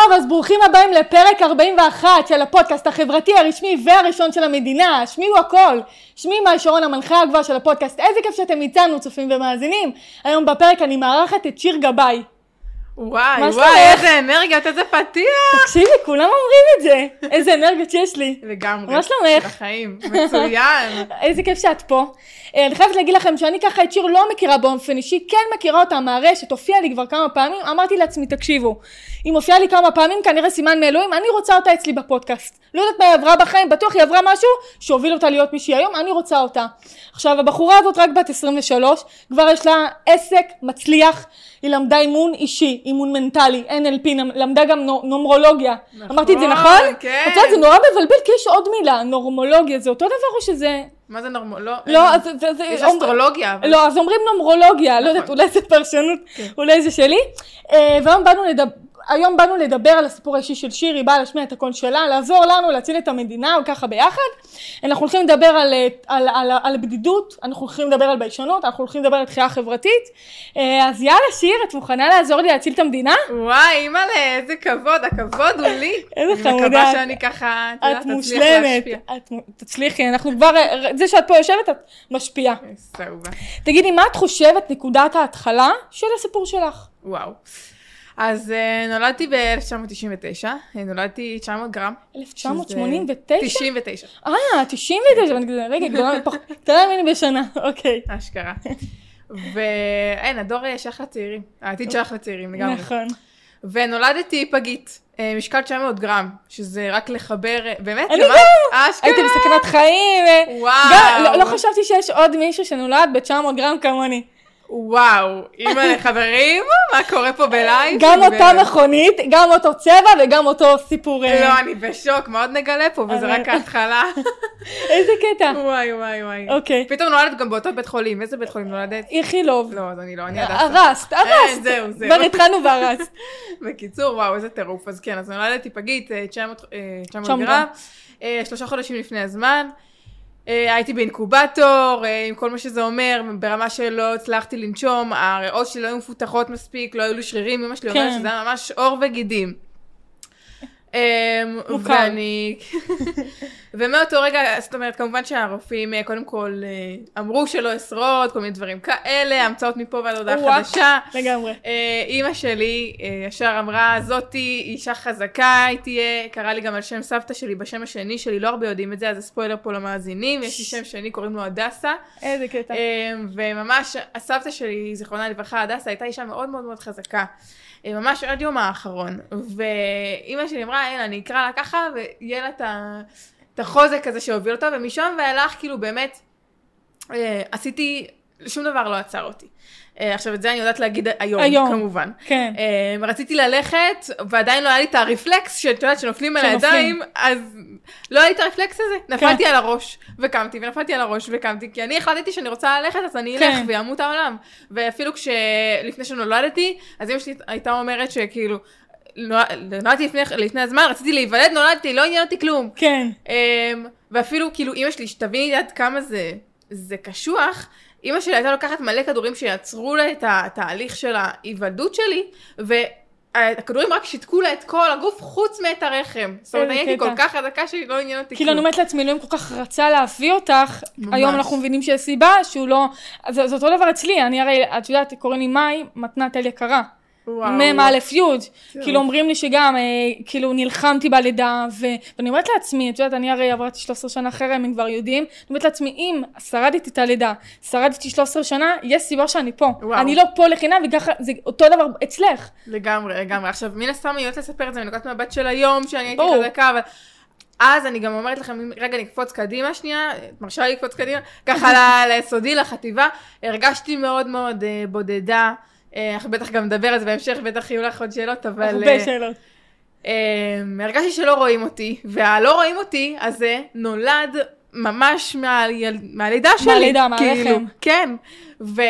טוב, אז ברוכים הבאים לפרק 41 של הפודקאסט החברתי הרשמי והראשון של המדינה, שמי הוא הכל. שמי מאי שרון המנחה הגבוהה של הפודקאסט, איזה כיף שאתם איתנו, צופים ומאזינים. היום בפרק אני מארחת את שיר גבאי. וואי, מה וואי, שלומך? איזה אנרגיות, איזה פתיח! תקשיבי, כולם אומרים את זה, איזה אנרגיות שיש לי. לגמרי. מה שלומך? בחיים, מצוין. איזה כיף שאת פה. אה, אני חייבת להגיד לכם שאני ככה את שיר לא מכירה באופן אישי, כן מכירה אותה מהרשת, הופיעה לי כבר כמה פעמים, אמרתי לעצמי, תקשיבו, אם הופיעה לי כמה פעמים, כנראה סימן מאלוהים, אני רוצה אותה אצלי בפודקאסט. לא יודעת מה היא עברה בחיים, בטוח היא עברה משהו שהוביל אותה להיות מישהי היום, אני רוצה אותה. עכשיו, הבחורה הזאת רק בת 23, כבר יש לה עסק מצליח, היא למדה אימון אישי, אימון מנטלי, NLP, נמ- למדה גם נו- נומרולוגיה. אמרתי את זה נכון? כן. את יודעת, זה נורא מבלבל, כי יש עוד מילה, נורמולוגיה, זה אותו דבר או שזה... מה זה נורמל? לא, לא, אין- אז זה... זה- יש אומר- אסטרולוגיה, אבל לא, אז אומרים נומרולוגיה, לא נכון. יודעת, אולי זה פרשנות, כן. אולי זה שלי. אה, והיום באנו לדבר... היום באנו לדבר על הסיפור האישי של שירי, באה להשמיע את הקול שלה, לעזור לנו להציל את המדינה, וככה ביחד. אנחנו הולכים לדבר על, אה, על, על, על בדידות, אנחנו הולכים לדבר על ביישנות, אנחנו הולכים לדבר על דחייה חברתית. אה, אז יאללה, שיר, את מוכנה לעזור לי להציל את המדינה? וואי, אימא'לה, איזה כבוד, הכבוד הוא לי. איזה אני חמודה. מקווה שאני ככה, את יודעת, את תצליח מושלמת. להשפיע. את מ- תצליחי, אנחנו כבר... אה, זה שאת פה יושבת, את משפיעה. אה, סעובה. תגידי, מה את חושבת נקודת ההתחלה של הסיפור שלך? וואו. אז אה, נולדתי ב-1999, אה, נולדתי 900 גרם. 1989? 99, אה, 99, ואני כזה, רגע, גדולה מפח... קטנה ממני בשנה, אוקיי. אשכרה. ואין, הדור אה, שייך לצעירים. העתיד שייך לצעירים לגמרי. נכון. ונולדתי פגית, אה, משקל 900 גרם, שזה רק לחבר, אה, באמת? אני למה? הייתי אשכרה, בסכנת חיים, ו- וואו. גם, לא- לא חשבתי שיש עוד מישהו שנולד ב-900 גרם כמוני. וואו, אימא חברים, מה קורה פה בלייב? גם אני אותה באמת- מכונית, גם אותו צבע וגם אותו סיפור. אה, לא, אני בשוק, מה עוד נגלה פה? וזה אני- רק ההתחלה. איזה קטע. וואי, וואי, וואי. אוקיי. פתאום נולדת גם באותו בית חולים, איזה בית חולים נולדת? איכילוב. לא, אז אני לא, אה, אני עדיין. הרסת, הרסת. זהו, זהו. כבר התחלנו והרסת. בקיצור, וואו, איזה טירוף. אז כן, אז נולדתי פגית, אה, 900 אה, 900 900 גרם, אה, שלושה חודשים לפני הזמן. אה, הייתי באינקובטור, אה, עם כל מה שזה אומר, ברמה שלא הצלחתי לנשום, הריאות שלי לא היו מפותחות מספיק, לא היו לי שרירים, אמא שלי אומרת כן. שזה היה ממש עור וגידים. אה, מוכר. ואני... ומאותו רגע, זאת אומרת, כמובן שהרופאים אה, קודם כל אה, אמרו שלא אשרוד, כל מיני דברים כאלה, המצאות מפה ועד הודעה וואו. חדשה. לגמרי. אה, אימא שלי אה, ישר אמרה, זאתי אישה חזקה היא תהיה, קרא לי גם על שם סבתא שלי בשם השני שלי, לא הרבה יודעים את זה, אז זה ספוילר פה למאזינים, יש לי שם שני, קוראים לו הדסה, איזה קטע. אה, וממש הסבתא שלי, זיכרונה לברכה, הדסה, הייתה אישה מאוד מאוד מאוד חזקה. אה, ממש עד יום האחרון, ואימא שלי אמרה, אין, אני אקרא לה ככה, ויהיה לה את ה- את החוזק הזה שהוביל אותה, ומשם ואילך, כאילו באמת, אה, עשיתי, שום דבר לא עצר אותי. אה, עכשיו, את זה אני יודעת להגיד היום, היום. היום. כמובן. כן. אמ, רציתי ללכת, ועדיין לא היה לי את הרפלקס, שאת יודעת, שנופלים על שנופלים. כן. הידיים, אז לא היה לי את הרפלקס הזה. נפלתי על הראש, וקמתי, ונפלתי על הראש, וקמתי, כי אני החלטתי שאני רוצה ללכת, אז אני אלך כן. וימות העולם. ואפילו כשלפני שנולדתי, אז אמא שלי הייתה אומרת שכאילו, נולד- נולדתי לפני, לפני הזמן, רציתי להיוולד, נולדתי, לא עניין אותי כלום. כן. אמ, ואפילו, כאילו, אימא שלי, שתביני עד כמה זה, זה קשוח, אימא שלי הייתה לוקחת מלא כדורים שיצרו לה את התהליך של ההיוולדות שלי, והכדורים רק שיתקו לה את כל הגוף חוץ מאת הרחם. זאת אומרת, איזה אני הייתי קטע. כל כך חזקה שלא עניין אותי כאילו אני אומרת לעצמי, אלוהים כל כך רצה להביא אותך, ממש. היום אנחנו מבינים שיש סיבה שהוא לא... אז זה זה אותו דבר אצלי, אני הרי, את יודעת, קוראים לי מאי, מתנת אל יקרה. וואו. כן. מ"א י', זהו. כאילו אומרים לי שגם, אה, כאילו נלחמתי בלידה, ו- ואני אומרת לעצמי, את יודעת, אני הרי עברתי 13 שנה חרם, הם כבר יודעים, אני אומרת לעצמי, אם שרדתי את הלידה, שרדתי 13 שנה, יש סיבה שאני פה. וואו. אני לא פה לחינם, וככה, זה אותו דבר אצלך. לגמרי, לגמרי. עכשיו, מן הסתם אני יודעת לספר את זה מנקודת מבט של היום, שאני הייתי ברור. חזקה, אבל... אז אני גם אומרת לכם, אם- רגע, נקפוץ קדימה שנייה, את מרשה לי לקפוץ קדימה, ככה ל- ליסודי, לחטיבה, הרגשתי מאוד מאוד אה, בודדה. אה, אנחנו בטח גם נדבר על זה בהמשך, בטח יהיו לך עוד שאלות, אבל... אה, הרבה שאלות. אמ, אה, הרגשתי שלא רואים אותי, והלא רואים אותי הזה נולד ממש מהיל... מהלידה שלי. מהלידה, מהרחם. כאילו, כן. ו...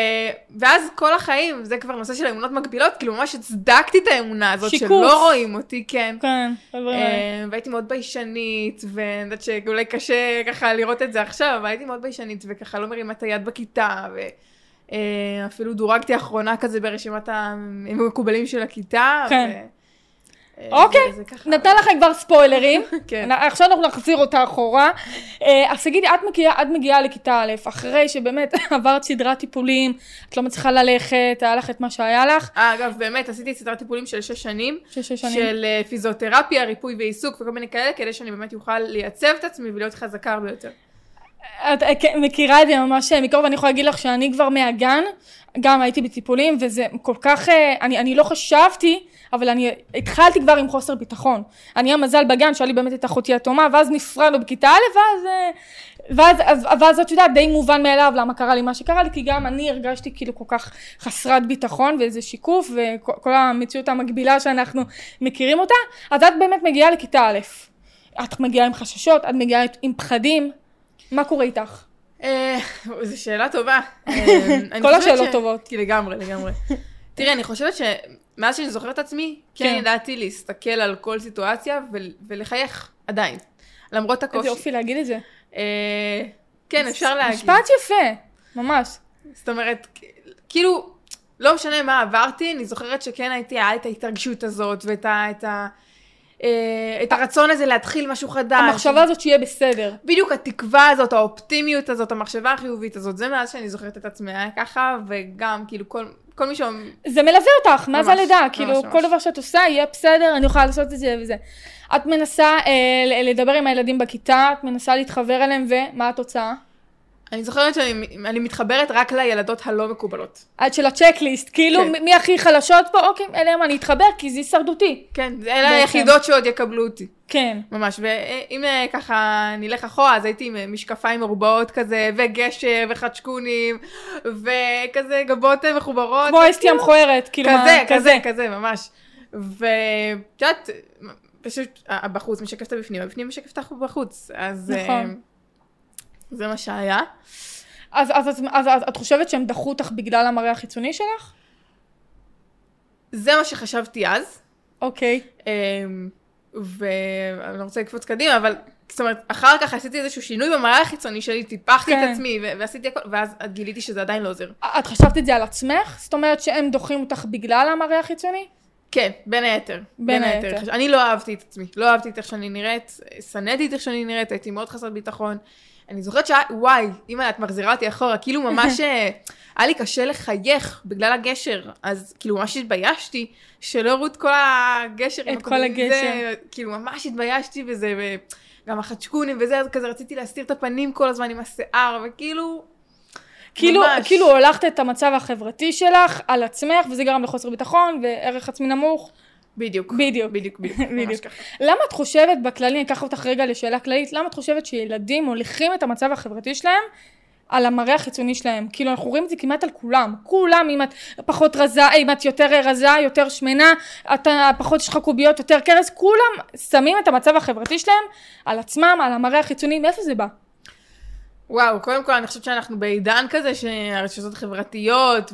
ואז כל החיים, זה כבר נושא של אמונות מקבילות, כאילו ממש הצדקתי את האמונה הזאת, שיקוף. שלא רואים אותי, כן. כן, חברים. אה, והייתי מאוד ביישנית, ואני יודעת שאולי קשה ככה לראות את זה עכשיו, אבל הייתי מאוד ביישנית, וככה לא מרימה את היד בכיתה, ואפילו דורגתי אחרונה כזה ברשימת המקובלים של הכיתה. כן. ו- אה, אוקיי, זה- זה ככה- נתן לך כבר ספוילרים. כן. אנ- עכשיו אנחנו נחזיר אותה אחורה. אה, אז תגידי, את מגיעה, את מגיעה לכיתה א', אחרי שבאמת עברת סדרת טיפולים, את לא מצליחה ללכת, היה לך את מה שהיה לך, אה, אגב, באמת, עשיתי סדרת טיפולים של שש שנים, שש שש שנים. של אה, פיזיותרפיה, ריפוי ועיסוק וכל מיני כאלה, כדי שאני באמת אוכל לייצב את עצמי ולהיות חזקה הרבה יותר. את אה, כן, מכירה את זה ממש אה, מקרוב, אני יכולה להגיד לך שאני כבר מהגן, גם הייתי בטיפולים, וזה כל כך, אה, אני, אני לא חשבתי, אבל אני התחלתי כבר עם חוסר ביטחון. אני המזל בגן, שהיה לי באמת את אחותי התאומה, ואז נפרדנו בכיתה א', ואז, אה, ואז, אז, ואז את יודעת, די מובן מאליו למה קרה לי מה שקרה לי, כי גם אני הרגשתי כאילו כל כך חסרת ביטחון ואיזה שיקוף, וכל המציאות המקבילה שאנחנו מכירים אותה, אז את באמת מגיעה לכיתה א'. את מגיעה עם חששות, את מגיעה עם פחדים, מה קורה איתך? אה, זו שאלה טובה. אה, אני כל חושבת השאלות ש- טובות. כי לגמרי, לגמרי. תראי, אני חושבת שמאז שאני זוכרת את עצמי, כן. כן ידעתי להסתכל על כל סיטואציה ול- ולחייך, עדיין. למרות איזה הקושי. יופי להגיד את זה. אה, אוקיי. כן, אפשר להגיד. אה, משפט יפה, ממש. זאת אומרת, כאילו, לא משנה מה עברתי, אני זוכרת שכן הייתי, היה את ההתרגשות הזאת, ואת ה... את ה... אה, את הרצון הזה להתחיל משהו חדש. המחשבה הזאת שיהיה בסדר. בדיוק התקווה הזאת, האופטימיות הזאת, המחשבה החיובית הזאת, זה מאז שאני זוכרת את עצמי היה ככה, וגם כאילו כל, כל מי שאומר, זה מלווה אותך, מה זה ממש, הלידה? ממש, כאילו, ממש. כל דבר שאת עושה, יהיה בסדר, אני יכולה לעשות את זה וזה. את מנסה אה, ל- לדבר עם הילדים בכיתה, את מנסה להתחבר אליהם, ומה התוצאה? אני זוכרת שאני אני מתחברת רק לילדות הלא מקובלות. את של הצ'קליסט, כאילו, כן. מ- מי הכי חלשות פה? אוקיי, אליהם אני אתחבר, כי זה הישרדותי. כן, זה בעצם. אלה היחידות שעוד יקבלו אותי, כן. ממש. ואם אה, ככה נלך אחורה, אז הייתי עם אה, משקפיים מרובעות כזה, וגשר, וחדשקונים, וכזה גבות אה, מחוברות. כמו אסתי וכאילו- המכוערת, כאילו, מה- כזה, כזה, כזה, ממש. ואת יודעת, פשוט הבחוץ משקף את הבפנים, הבפנים משקף את הבחוץ, אז... נכון. אה, זה מה שהיה. אז- אז- אז אז- אז את חושבת שהם דחו אותך בגלל המראה החיצוני שלך? זה מה שחשבתי אז. אוקיי. ואני לא רוצה לקפוץ קדימה, אבל זאת אומרת, אחר כך עשיתי איזשהו שינוי במראה החיצוני שלי, טיפחתי כן. את עצמי, ו- ועשיתי הכל, ואז גיליתי שזה עדיין לא עוזר. את חשבת את זה על עצמך? זאת אומרת שהם דוחים אותך בגלל המראה החיצוני? כן, בין היתר. בין היתר. חש- אני לא אהבתי את עצמי, לא אהבתי את איך שאני נראית, שנאתי את איך שאני נראית, הייתי מאוד חסרת ביטחון. אני זוכרת שהיה, וואי, אימא, את מחזירה אותי אחורה, כאילו ממש אה, היה לי קשה לחייך בגלל הגשר, אז כאילו ממש התביישתי שלא הראו את כל הגשר. עם את כל הכדורים, הגשר. זה, כאילו ממש התביישתי בזה, וגם החדשקונים וזה, אז כזה רציתי להסתיר את הפנים כל הזמן עם השיער, וכאילו... כאילו, ממש. כאילו הולכת את המצב החברתי שלך על עצמך, וזה גרם לחוסר ביטחון וערך עצמי נמוך. בדיוק. בדיוק. בדיוק, בדיוק. בדיוק. ממש ככה. למה את חושבת בכללי, אני אקח אותך רגע לשאלה כללית, למה את חושבת שילדים מוליכים את המצב החברתי שלהם על המראה החיצוני שלהם? כאילו אנחנו רואים את זה כמעט על כולם. כולם, אם את פחות רזה, אם את יותר רזה, יותר שמנה, אתה פחות יש לך קוביות, יותר קרס, כולם שמים את המצב החברתי שלהם על עצמם, על המראה החיצוני, מאיפה זה בא? וואו, קודם כל אני חושבת שאנחנו בעידן כזה שהרשתות החברתיות,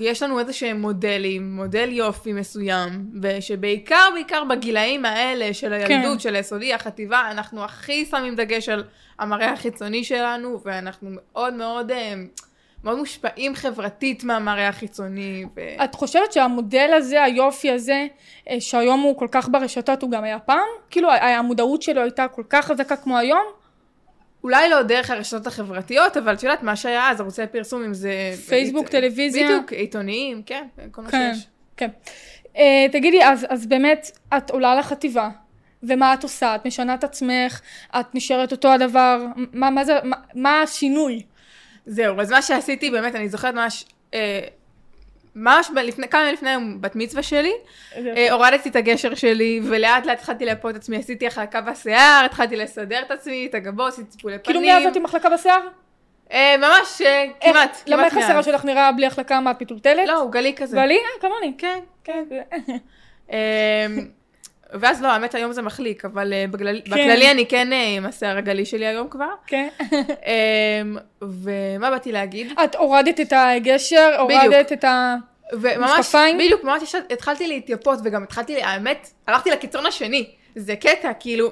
ויש לנו איזה שהם מודלים, מודל יופי מסוים, ושבעיקר בעיקר בגילאים האלה של הילדות, כן. כן. של היסודי, החטיבה, אנחנו הכי שמים דגש על המראה החיצוני שלנו, ואנחנו מאוד מאוד, אה, מאוד מושפעים חברתית מהמראה החיצוני. ו... את חושבת שהמודל הזה, היופי הזה, אה, שהיום הוא כל כך ברשתות, הוא גם היה פעם? כאילו ה- המודעות שלו הייתה כל כך חזקה כמו היום? אולי לא דרך הרשתות החברתיות, אבל את יודעת מה שהיה אז, ערוצי הפרסום, אם זה... אה, פייסבוק, טלוויזיה. בדיוק, עיתונאים, כן, כל מה כן. שיש. כן. אה, תגידי, אז, אז באמת, את עולה לחטיבה, ומה את עושה? את משנה את עצמך, את נשארת אותו הדבר, מה, מה, זה, מה, מה השינוי? זהו, אז מה שעשיתי, באמת, אני זוכרת ממש, אה, ממש ב- לפני, כמה ימים לפני היום בת מצווה שלי, אה, הורדתי את הגשר שלי, ולאט לאט התחלתי לאפות את עצמי, עשיתי החלקה בשיער, התחלתי לסדר את עצמי, את הגבות, עשיתי טיפולי פנים. כאילו מי הזאת עם החלקה בשיער? אה, ממש, אה, כמעט, איך- לא, כמעט למה איך מאז. השיער שלך נראה בלי החלקה? מה, את מטולטלת? לא, הוא גלי כזה. ואלי? אה, כמוני. כן, כן. זה- אה, ואז לא, האמת היום זה מחליק, אבל אה, בגלל- כן. בכללי אני כן אה, עם השיער הגלי שלי היום כבר. כן. אמ, ומה באתי להגיד? את הורדת את הגשר, הורדת את ה... וממש, משקפיים? בדיוק, ממש יש- התחלתי להתייפות, וגם התחלתי, האמת, הלכתי לקיצון השני. זה קטע, כאילו,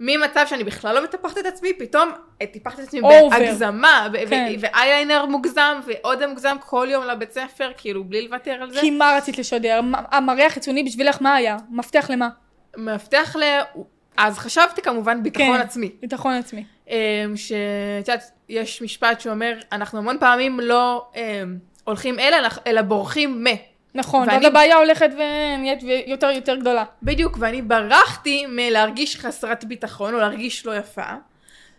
ממצב שאני בכלל לא מטפחת את עצמי, פתאום אה, טיפחתי את עצמי Over. בהגזמה, ו- כן. ו- ואייליינר מוגזם, ואודם מוגזם כל יום לבית ספר, כאילו, בלי לוותר על זה. כי מה רצית לשדר? מה- המראה החיצוני בשבילך מה היה? מפתח למה? מפתח ל... אז חשבתי כמובן ביטחון כן. עצמי. ביטחון עצמי. אמ, שאת יודעת, יש משפט שאומר, אנחנו המון פעמים לא אמ, הולכים אל, אלא- אלא בורחים מ. נכון, ואז ואני- הבעיה הולכת ונהיית ו- יותר יותר גדולה. בדיוק, ואני ברחתי מלהרגיש חסרת ביטחון או להרגיש לא יפה,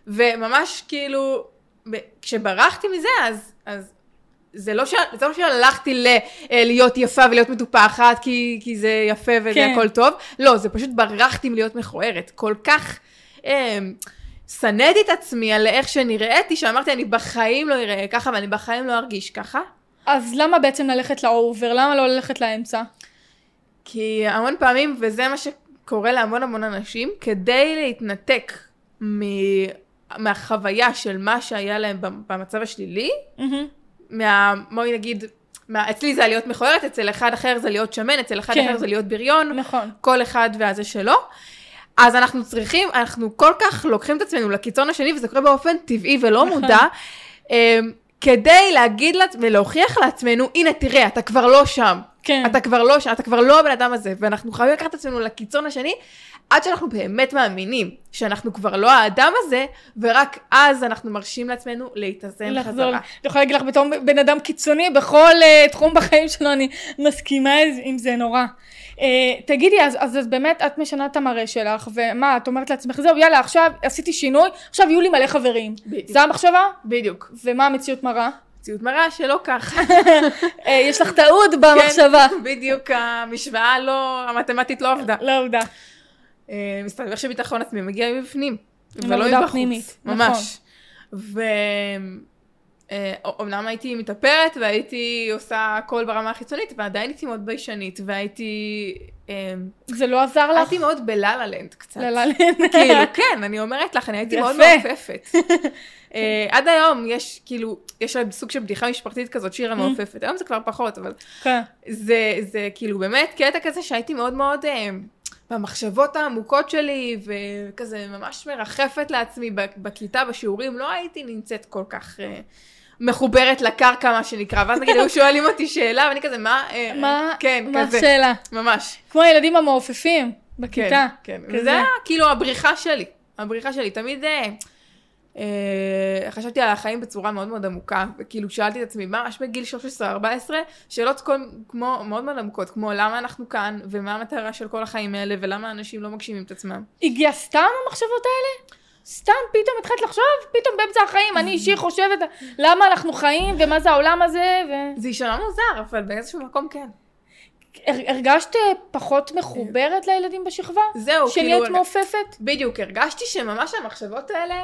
וממש כאילו, ב- כשברחתי מזה, אז, אז זה, לא ש... זה לא שהלכתי ל... אה, להיות יפה ולהיות מטופחת, כי, כי זה יפה וזה כן. כן. הכל טוב, לא, זה פשוט ברחתי מלהיות מכוערת. כל כך אה, שנאתי את עצמי על איך שנראיתי, שאמרתי, אני בחיים לא אראה ככה ואני בחיים לא ארגיש ככה. אז למה בעצם ללכת לאובר? למה לא ללכת לאמצע? כי המון פעמים, וזה מה שקורה להמון המון אנשים, כדי להתנתק מ... מהחוויה של מה שהיה להם במ- במצב השלילי, מהמם. מה... בואי נגיד, מה... אצלי זה היה להיות מכוערת, אצל אחד אחר זה להיות שמן, אצל אחד כן. אחר זה להיות בריון, נכון. כל אחד והזה שלו. אז אנחנו צריכים, אנחנו כל כך לוקחים את עצמנו לקיצון השני, וזה קורה באופן טבעי ולא נכון. מודע, אמ, כדי להגיד לעצמנו ולהוכיח לעצמנו, הנה תראה, אתה כבר לא שם. כן. אתה כבר לא, ש- אתה כבר לא הבן אדם הזה, ואנחנו חייבים לקחת את עצמנו לקיצון השני, עד שאנחנו באמת מאמינים שאנחנו כבר לא האדם הזה, ורק אז אנחנו מרשים לעצמנו להתאזן לחזור. חזרה. אני יכולה להגיד לך בתור בן אדם קיצוני בכל אה, תחום בחיים שלו, אני מסכימה עם זה נורא. אה, תגידי, אז, אז, אז באמת את משנה את המראה שלך, ומה, את אומרת לעצמך, זהו, יאללה, עכשיו עשיתי שינוי, עכשיו יהיו לי מלא חברים. בדיוק. זו המחשבה? בדיוק. ומה המציאות מראה? מציאות מראה שלא ככה. אה, יש לך טעות במחשבה. בדיוק המשוואה לא, המתמטית לא עבדה. לא עובדה. אה, מסתבר שביטחון עצמי מגיע מבפנים, עם ולא עבודה מבחוץ. פנימית, נכון. ממש. ואומנם הייתי מתאפרת והייתי עושה הכל ברמה החיצונית, ועדיין הייתי מאוד ביישנית, והייתי... אה, זה לא עזר לך? הייתי מאוד בלה-לה-לנד קצת. לא, לא, לא. כאילו, כן, אני אומרת לך, אני הייתי יפה. מאוד מעופפת. אה, עד היום יש, כאילו, יש להם סוג של בדיחה משפחתית כזאת, שירה Mm. מעופפת. היום זה כבר פחות, אבל כן. זה, זה כאילו באמת קטע כזה שהייתי מאוד מאוד אה, במחשבות העמוקות שלי, וכזה ממש מרחפת לעצמי ב- בכיתה, בשיעורים, לא הייתי נמצאת כל כך אה, מחוברת לקרקע, מה שנקרא. ואז נגיד היו שואלים אותי שאלה, ואני כזה, מה? אה, מה כן, מה כזה, השאלה? ממש. כמו הילדים המעופפים בכיתה. כן, כן. כזה. וזה היה כאילו הבריחה שלי. הבריחה שלי. תמיד אה, אה, חשבתי על החיים בצורה מאוד מאוד עמוקה. וכאילו שאלתי את עצמי, ממש בגיל 13-14, שאלות כל, כמו, מאוד מאוד עמוקות, כמו למה אנחנו כאן, ומה המטרה של כל החיים האלה, ולמה אנשים לא מגשימים את עצמם. הגיע סתם המחשבות האלה? סתם פתאום התחלת לחשוב? פתאום באמצע החיים, אני אישי חושבת למה אנחנו חיים ומה זה העולם הזה, ו... זה יישמע מוזר, אבל באיזשהו מקום כן. הר- הרגשת אה, פחות מחוברת לילדים בשכבה? זהו, שנהיית כאילו... מעופפת? בדיוק, הרגשתי שממש המחשבות האלה,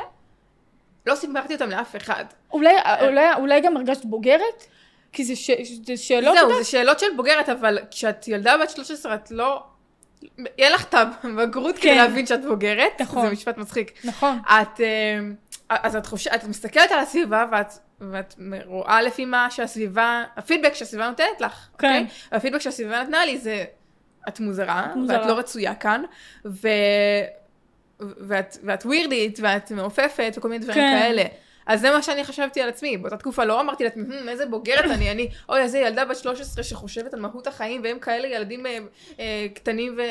לא סיפרתי אותן לאף אחד. אולי, אולי, אולי גם הרגשת בוגרת? כי זה, ש... זה שאלות... זהו, זה שאלות של בוגרת, אבל כשאת ילדה בת 13 את לא... יהיה לך את הבגרות כן. כדי להבין שאת בוגרת. נכון. זה משפט מצחיק. נכון. את... אה, אז את חושבת, את מסתכלת על הסביבה ואת... ואת רואה לפי מה שהסביבה, הפידבק שהסביבה נותנת לך, כן. אוקיי? והפידבק שהסביבה נתנה לי זה, את מוזרה, את מוזרה. ואת לא רצויה כאן, ו... ואת, ואת ווירדית, ואת מעופפת, וכל מיני דברים כן. כן. כאלה. אז זה מה שאני חשבתי על עצמי. באותה תקופה לא אמרתי לעצמי, "הם, איזה בוגרת אני, אני, אוי, איזה ילדה בת 13 שחושבת על מהות החיים, והם כאלה ילדים אה, אה, קטנים ו...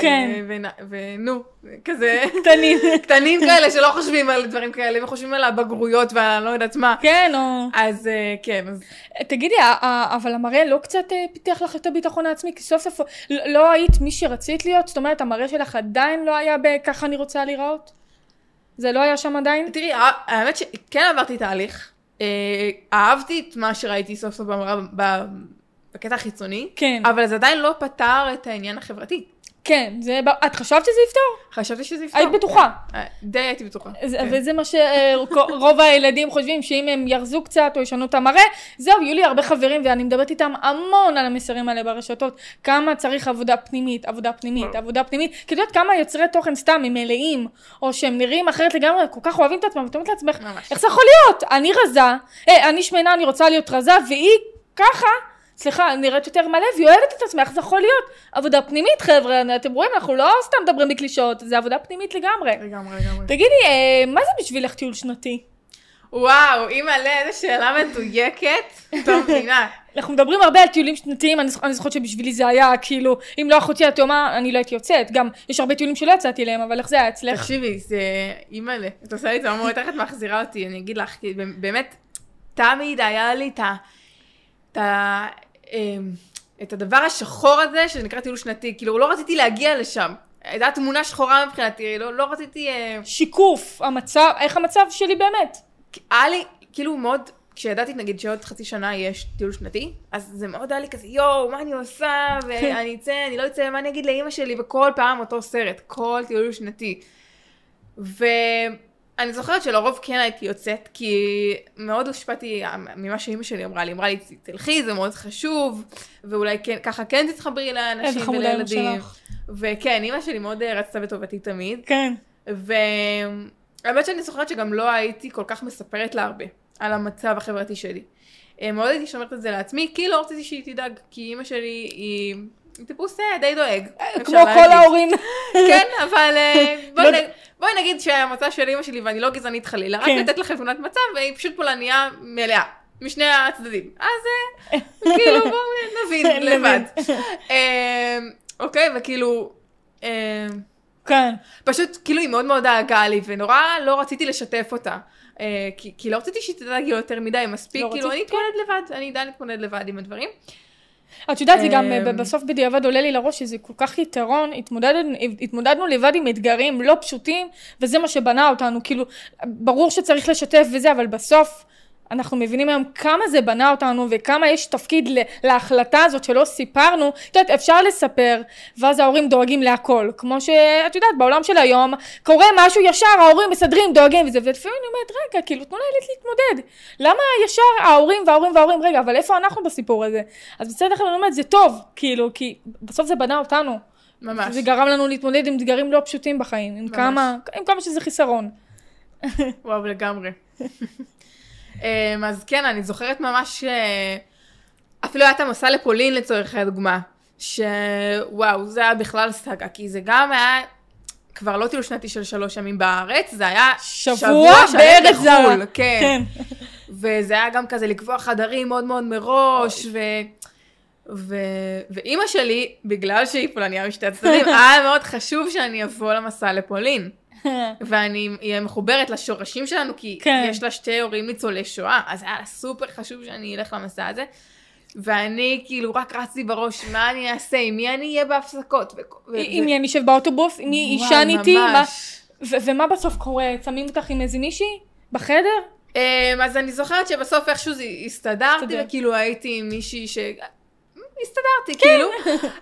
כן. אה, ונ- ונו, כזה, קטנים. קטנים כאלה שלא חושבים על דברים כאלה, וחושבים על הבגרויות ועל לא יודעת מה. כן, או... אז אה, כן, אז תגידי, ה- ה- אבל המראה לא קצת אה, פיתח לך את הביטחון העצמי? כי סוף סוף לא- לא היית מי שרצית להיות? זאת אומרת, המראה שלך עדיין לא היה בככה אני רוצה להיראות? זה לא היה שם עדיין? תראי, הא- האמת שכן עברתי תהליך. אה, אהבתי את מה שראיתי סוף סוף במראה ב- בקטע החיצוני, כן. אבל זה עדיין לא פתר את העניין החברתי. כן, זה... ב- את חשבת שזה יפתור? חשבתי שזה יפתור. היית בטוחה. אה, די הייתי בטוחה. אז- כן. וזה מה שרוב הילדים חושבים, שאם הם ירזו קצת או ישנו את המראה, זהו, יהיו לי הרבה חברים, ואני מדברת איתם המון על המסרים האלה ברשתות. כמה צריך עבודה פנימית, עבודה פנימית, עבודה פנימית. כי את יודעת כמה יוצרי תוכן סתם הם מלאים, או שהם נראים אחרת לגמרי, כל כך אוהבים את עצמם, ואת אומרת לעצמך, ממש. איך זה יכול להיות? אני רזה, אה, אני שמנה, אני רוצה להיות רזה, והיא ככה, סליחה, נראית יותר מלא, והיא אוהבת את עצמה, איך זה יכול להיות? עבודה פנימית, חבר'ה, אתם רואים, אנחנו לא סתם מדברים בקלישאות, זה עבודה פנימית לגמרי. לגמרי, לגמרי. תגידי, אה, מה זה בשבילך טיול שנתי? וואו, אימא'לה, איזו שאלה מדויקת. טוב, מבינה. אנחנו מדברים הרבה על טיולים שנתיים, אני, זוכ... אני זוכרת שבשבילי זה היה כאילו, אם לא אחותי התאומה, אני לא הייתי יוצאת. גם, יש הרבה טיולים שלא יצאתי אליהם, אבל איך זה היה אצלך? תקשיבי, זה אימא'לה. את עושה לי את זה המורת, איך את מחזירה אותי, אני אגיד לך, כי באמת, תמיד היה לי את ה... את ה... אמ, את הדבר השחור הזה, שנקרא טיול שנתי. כאילו, לא רציתי להגיע לשם. הייתה תמונה שחורה מבחינתי, לא, לא רציתי... אה, שיקוף, המצב, איך המצב שלי באמת? היה לי, כאילו מאוד, כשידעתי נגיד שעוד חצי שנה יש טיול שנתי, אז זה מאוד היה לי כזה, יואו, מה אני עושה, ואני אצא, אני לא אצא, מה אני אגיד לאימא שלי, וכל פעם אותו סרט, כל טיול שנתי. ואני זוכרת שלרוב כן הייתי יוצאת, כי מאוד הושפעתי ממה שאימא שלי אמרה לי, אמרה לי, תלכי, זה מאוד חשוב, ואולי כן, ככה כן תתחברי איזה לאנשים חמודה אמא ולילדים. שלך. וכן, אימא שלי מאוד אה, רצתה בטובתי תמיד. כן. והאמת שאני זוכרת שגם לא הייתי כל כך מספרת לה הרבה על המצב החברתי שלי. אה, מאוד הייתי שומרת את זה לעצמי, כי לא רציתי שהיא תדאג, כי אימא שלי היא היא טיפוס אה, די דואג. אפשר כמו כל להגיד. ההורים. כן, אבל אה, בואי לא- נ- בואי נגיד שהמצב של אימא שלי, ואני לא גזענית חלילה, רק כן. לתת לכם תמונת מצב, והיא פשוט פולניה מלאה, משני הצדדים. אז אה, כאילו בואו נבין נבין. לבד. אה, אוקיי, וכאילו... אה, כן. פשוט כאילו היא מאוד מאוד דאגה לי, ונורא לא רציתי לשתף אותה. אה, כי, כי לא רציתי שהיא תדאג לי יותר מדי, מספיק, לא כאילו אני רצית, אתמודד לבד, אני עדיין אתמודד לבד עם הדברים. את יודעת, זה גם אמ, אה, בסוף בדיעבד עולה לי לראש שזה כל כך יתרון, התמודדנו, התמודדנו לבד עם אתגרים לא פשוטים, וזה מה שבנה אותנו, כאילו, ברור שצריך לשתף וזה, אבל בסוף אנחנו מבינים היום כמה זה בנה אותנו, וכמה יש תפקיד ל- להחלטה הזאת שלא סיפרנו, את יודעת, אפשר לספר, ואז ההורים דואגים להכל, כמו שאת יודעת, בעולם של היום, קורה משהו ישר, ההורים מסדרים, דואגים וזה, ולפעמים אני אומרת, רגע, כאילו, תנו לילד להתמודד, למה ישר ההורים וההורים וההורים, רגע, אבל איפה אנחנו בסיפור הזה? אז בצד אחד אני אומרת, זה טוב, כאילו, כי בסוף זה בנה אותנו. ממש. זה גרם לנו להתמודד עם אתגרים לא פשוטים בחיים, עם ממש. כמה, עם כמה שזה חיסרון. וואו, לגמרי. אמ, אז כן, אני זוכרת ממש, אה, אפילו היה את המסע לפולין לצורך הדוגמה, שוואו, זה היה בכלל סאגה, כי זה גם היה כבר לא טיול שנתי של שלוש ימים בארץ, זה היה שבוע שלם בארץ בחו"ל, זרה. כן. וזה היה גם כזה לקבוע חדרים מאוד מאוד מראש, ו... ו... ואימא שלי, בגלל שהיא פולניה משתי הצדדים, היה מאוד חשוב שאני אבוא למסע לפולין. ואני אהיה מחוברת לשורשים שלנו, כי כן. כן. יש לה שתי הורים ניצולי שואה, אז היה לה סופר חשוב שאני אלך למסע הזה. ואני כאילו רק רצתי בראש, מה אני אעשה, עם מי אני אהיה בהפסקות. ו... עם מי אני אשב באוטובוס, עם מי וואי, אישן איתי, מה- ממש. ו- ומה בסוף קורה? שמים אותך עם איזה מישהי? בחדר? אמ, אז אני זוכרת שבסוף איכשהו זה הסתדרתי, הסתדר. כן. וכאילו הייתי עם מישהי ש... הסתדרתי, כאילו,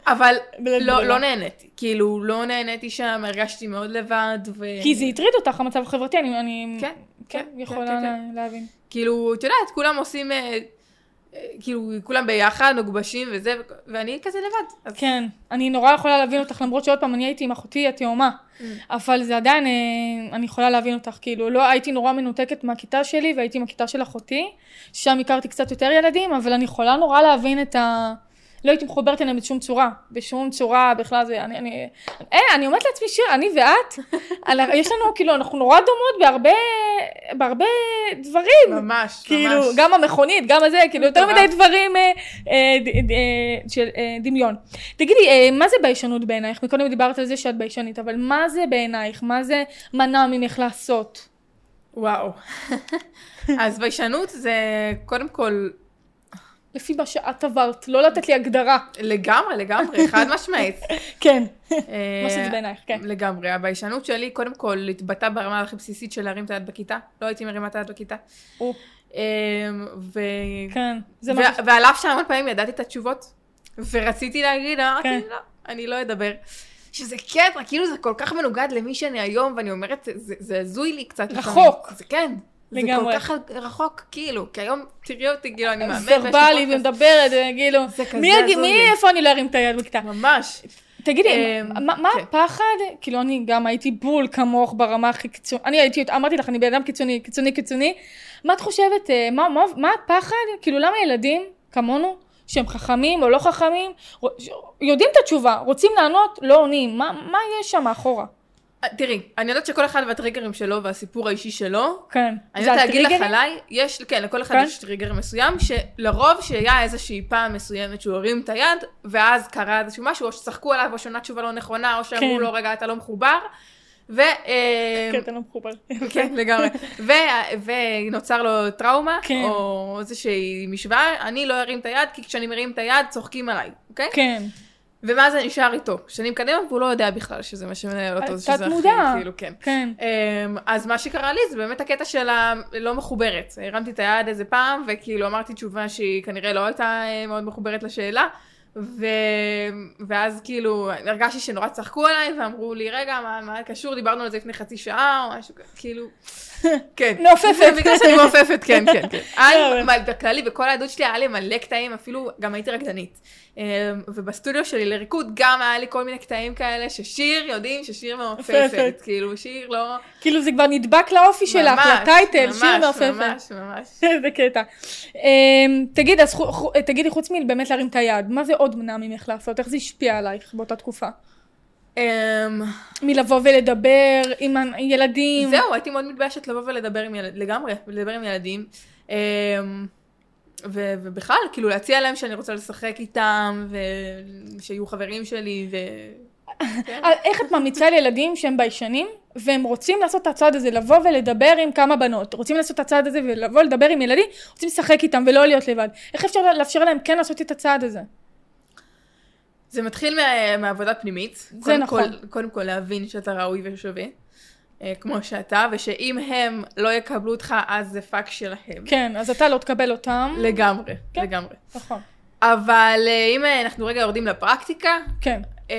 אבל בלית לא, ברירה. לא נהניתי. כאילו, לא נהניתי שם, הרגשתי מאוד לבד, ו... כי זה הטריד אותך, המצב החברתי, אני- אני... כן, כן, כן, יכולה כן, כן. לה- להבין. כאילו, את יודעת, כולם עושים, אה, אה, כאילו, כולם ביחד, נוגבשים וזה, ו- ואני כזה לבד. אז כן, אני נורא יכולה להבין אותך, למרות שעוד פעם, אני הייתי עם אחותי התאומה, Mm. אבל זה עדיין, אה, אני יכולה להבין אותך, כאילו, לא, הייתי נורא מנותקת מהכיתה שלי, והייתי עם הכיתה של אחותי, שם הכרתי קצת יותר ילדים, אבל אני יכולה נורא להבין את ה... לא הייתי מחוברת אליהם בשום צורה, בשום צורה, בכלל זה, אני, אני, אה, אני אומרת לעצמי שיר, אני ואת, על- יש לנו, כאילו, אנחנו נורא דומות בהרבה, בהרבה דברים, ממש, כאילו, ממש. גם המכונית, גם הזה, כאילו, יותר מטורף. מדי דברים אה, אה, ד- ד- אה, של אה, דמיון. תגידי, אה, מה זה ביישנות בעינייך? מקודם דיברת על זה שאת ביישנית, אבל מה זה בעינייך? מה זה מנע ממך לעשות? וואו. אז ביישנות זה קודם כל לפי מה שאת עברת, לא לתת לי הגדרה. לגמרי, לגמרי, חד משמעית. כן. אה, מה שזה בעינייך, כן. לגמרי. הביישנות שלי, קודם כל, התבטאה ברמה הכי בסיסית של להרים את היד בכיתה. לא הייתי מרימה את היד בכיתה. או. אמ, ו... כן. זה ו- מה ש... ועל אף שהמון פעמים ידעתי את התשובות, ורציתי להגיד, אמרתי, כן. לא, אני לא אדבר. שזה קטע, כאילו זה כל כך מנוגד למי שאני היום, ואני אומרת, זה- זה הזוי לי קצת. רחוק. לפעמים. זה כן. לגמרי. זה כל כך רחוק, כאילו, כי היום, תראי אותי, כאילו, אני מאמן. ויש לי ורבלי פודקאסט. ומדברת, כאילו, זה כזה מי יגיד- הזוי מי, לי. איפה אני לא ארים את היד בכיתה? ממש. תגידי, אמ, מה מה כן. הפחד? כאילו, אני גם הייתי בול כמוך ברמה הכי קיצונית. אני הייתי, אמרתי לך, אני בן אדם קיצוני, קיצוני, קיצוני. מה את חושבת, אה, מה- מה- מה הפחד? כאילו, למה ילדים כמונו, שהם חכמים או לא חכמים, ר- ש- יודעים את התשובה, רוצים לענות, לא עונים. מה מה יש שם מאחורה? תראי, אני יודעת שכל אחד והטריגרים שלו והסיפור האישי שלו, כן. אני זה יודעת להגיד לך הטריגרים? עליי, יש, כן, לכל אחד כן. יש טריגר מסוים, שלרוב שהיה איזושהי פעם מסוימת שהוא הרים את היד, ואז קרה איזשהו משהו, או שצחקו עליו, או שעונה תשובה לא נכונה, או שאמרו כן. לו, רגע, אתה לא מחובר, ו... אה, כן, אתה לא מחובר. כן, לגמרי. ו- ונוצר לו טראומה, כן. או איזושהי משוואה, אני לא ארים את היד, כי כשאני מרים את היד, צוחקים עליי, אוקיי? כן. ומה זה נשאר איתו? שנים קדימה, והוא לא יודע בכלל שזה מה שמנהל אה, אותו, שזה הכי, תת-מודע. כאילו, כן. כן. אמ, אז מה שקרה לי זה באמת הקטע של הלא מחוברת. הרמתי את היד איזה פעם, וכאילו אמרתי תשובה שהיא כנראה לא הייתה אה, מאוד מחוברת לשאלה, ו... ואז כאילו הרגשתי שנורא צחקו עליי, ואמרו לי, רגע, מה, מה קשור? דיברנו על זה לפני חצי שעה, או משהו כזה, כאילו... כן. נופפת. בגלל שאני מעופפת, כן, כן, כן. לא, היה לא. לי, בכללי, בכל העדות שלי היה לי מלא קטעים, אפילו גם הייתי רקדנית. אמ, ובסטודיו שלי לריקוד גם היה לי כל מיני קטעים כאלה, ששיר, יודעים ששיר מעופפת. מעופפת. כאילו, שיר לא... כאילו, זה כבר נדבק לאופי שלך, ממש, לטייטל, שיר ממש, מעופפת. ממש, ממש. איזה קטע. אמ, תגיד, אז חו- חו- תגידי, חוץ מבאמת להרים את היד, מה זה עוד מנע ממך לעשות? איך זה השפיע עלייך באותה תקופה? אמ, מלבוא ולדבר עם הילדים? זהו, הייתי מאוד מתביישת לבוא ולדבר עם ילדים, לגמרי, לדבר עם ילדים. אמ, ו- ובכלל, כאילו להציע להם שאני רוצה לשחק איתם, ושיהיו חברים שלי, ו... כן. אה, איך את ממליצה לילדים שהם ביישנים, והם רוצים לעשות את הצעד הזה, לבוא ולדבר עם כמה בנות, רוצים לעשות את הצעד הזה ולבוא לדבר עם ילדים, רוצים לשחק איתם ולא להיות לבד. איך אפשר לאפשר להם כן לעשות את הצעד הזה? זה מתחיל מה, מעבודה פנימית. זה קודם נכון. כל, קודם כל להבין שאתה ראוי ושווה, אה, כמו שאתה, ושאם הם לא יקבלו אותך, אז זה פאק שלהם. כן, אז אתה לא תקבל אותם. לגמרי, כן. לגמרי. נכון. אבל אה, אם אה, אנחנו רגע יורדים לפרקטיקה, כן. אה,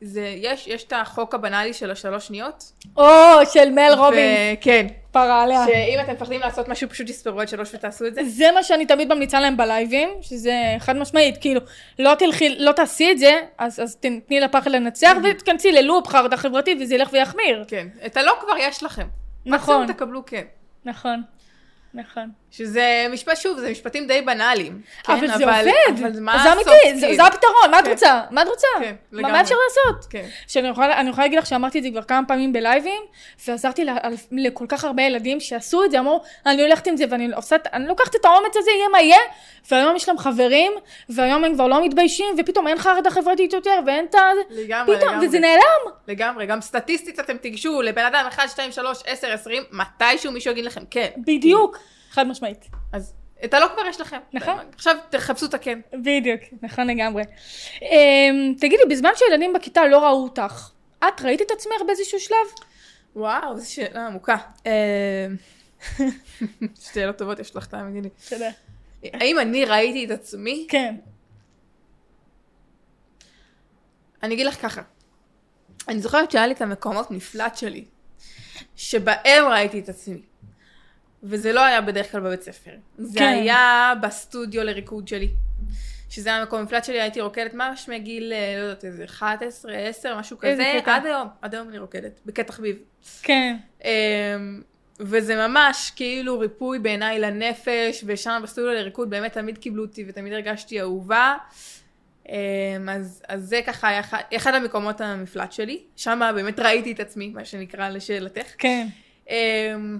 זה, יש, יש את החוק הבנאלי של השלוש שניות. או, של מל רובינס, ו- כן. פרה עליה. שאם אתם מפחדים לעשות משהו, פשוט תספרו עד שלוש ותעשו את זה. זה מה שאני תמיד ממליצה להם בלייבים, שזה חד משמעית, כאילו, לא תלכי, לא תעשי את זה, אז, אז תן- תני לפחד לנצח, ותכנסי ללופ חרדה חברתית, וזה ילך ויחמיר. כן. את הלא כבר יש לכם. נכון, מקסימום תקבלו כן. נכון, נכון. שזה משפט, שוב, זה משפטים די בנאליים. כן, אבל זה עובד, אבל מה אז לעשות? זה אמיתי, זה- כאילו? זה הפתרון, מה את כן. רוצה? מה את רוצה? כן, מה מה לגמרי. אפשר לעשות? כן. שאני יכולה, אני יכולה להגיד לך שאמרתי את זה כבר כמה פעמים בלייבים, ועזרתי ל- אל- לכל כך הרבה ילדים שעשו את זה, אמרו, אני הולכת עם זה ואני עושה, את- אני לוקחת את האומץ הזה, יהיה מה יהיה, והיום יש להם חברים, והיום הם כבר לא מתביישים, ופתאום אין חרדה חברתית יותר, ואין את ה... לגמרי, פתאום, לגמרי. וזה נעלם. לגמרי. גם סטטיסטית אתם תיגשו לבן אדם 1, 2, 3, 10, 20, מתישהו מישהו יגיד לכם כן. בדיוק. חד משמעית. אז את הלא כבר יש לכם. נכון. עכשיו תחפשו את הכן. בדיוק, נכון לגמרי. אמ, תגידי, בזמן שילדים בכיתה לא ראו אותך, את ראית את עצמך באיזשהו שלב? וואו, זו שאלה עמוקה. אה, שאלות טובות יש לך, תאמיני לי. תודה. האם אני ראיתי את עצמי? כן. אני אגיד לך ככה. אני זוכרת שהיה לי את המקומות מפלט שלי, שבהם ראיתי את עצמי. וזה לא היה בדרך כלל בבית ספר. זה כן. כן. היה בסטודיו לריקוד שלי. שזה היה המקום מפלט שלי, הייתי רוקדת ממש מגיל, אה, לא יודעת, איזה 11, 10, משהו איזה כזה. קטע. עד היום, עד היום אני רוקדת, בקטח ביב. כן. אמ, וזה ממש כאילו ריפוי בעיניי לנפש, ושם בסטודיו לריקוד באמת תמיד קיבלו אותי ותמיד הרגשתי אהובה. אמ, אז, אז זה ככה היה אחד- אחד המקומות המפלט שלי, שם באמת ראיתי את עצמי, מה שנקרא לשאלתך. כן. אמ,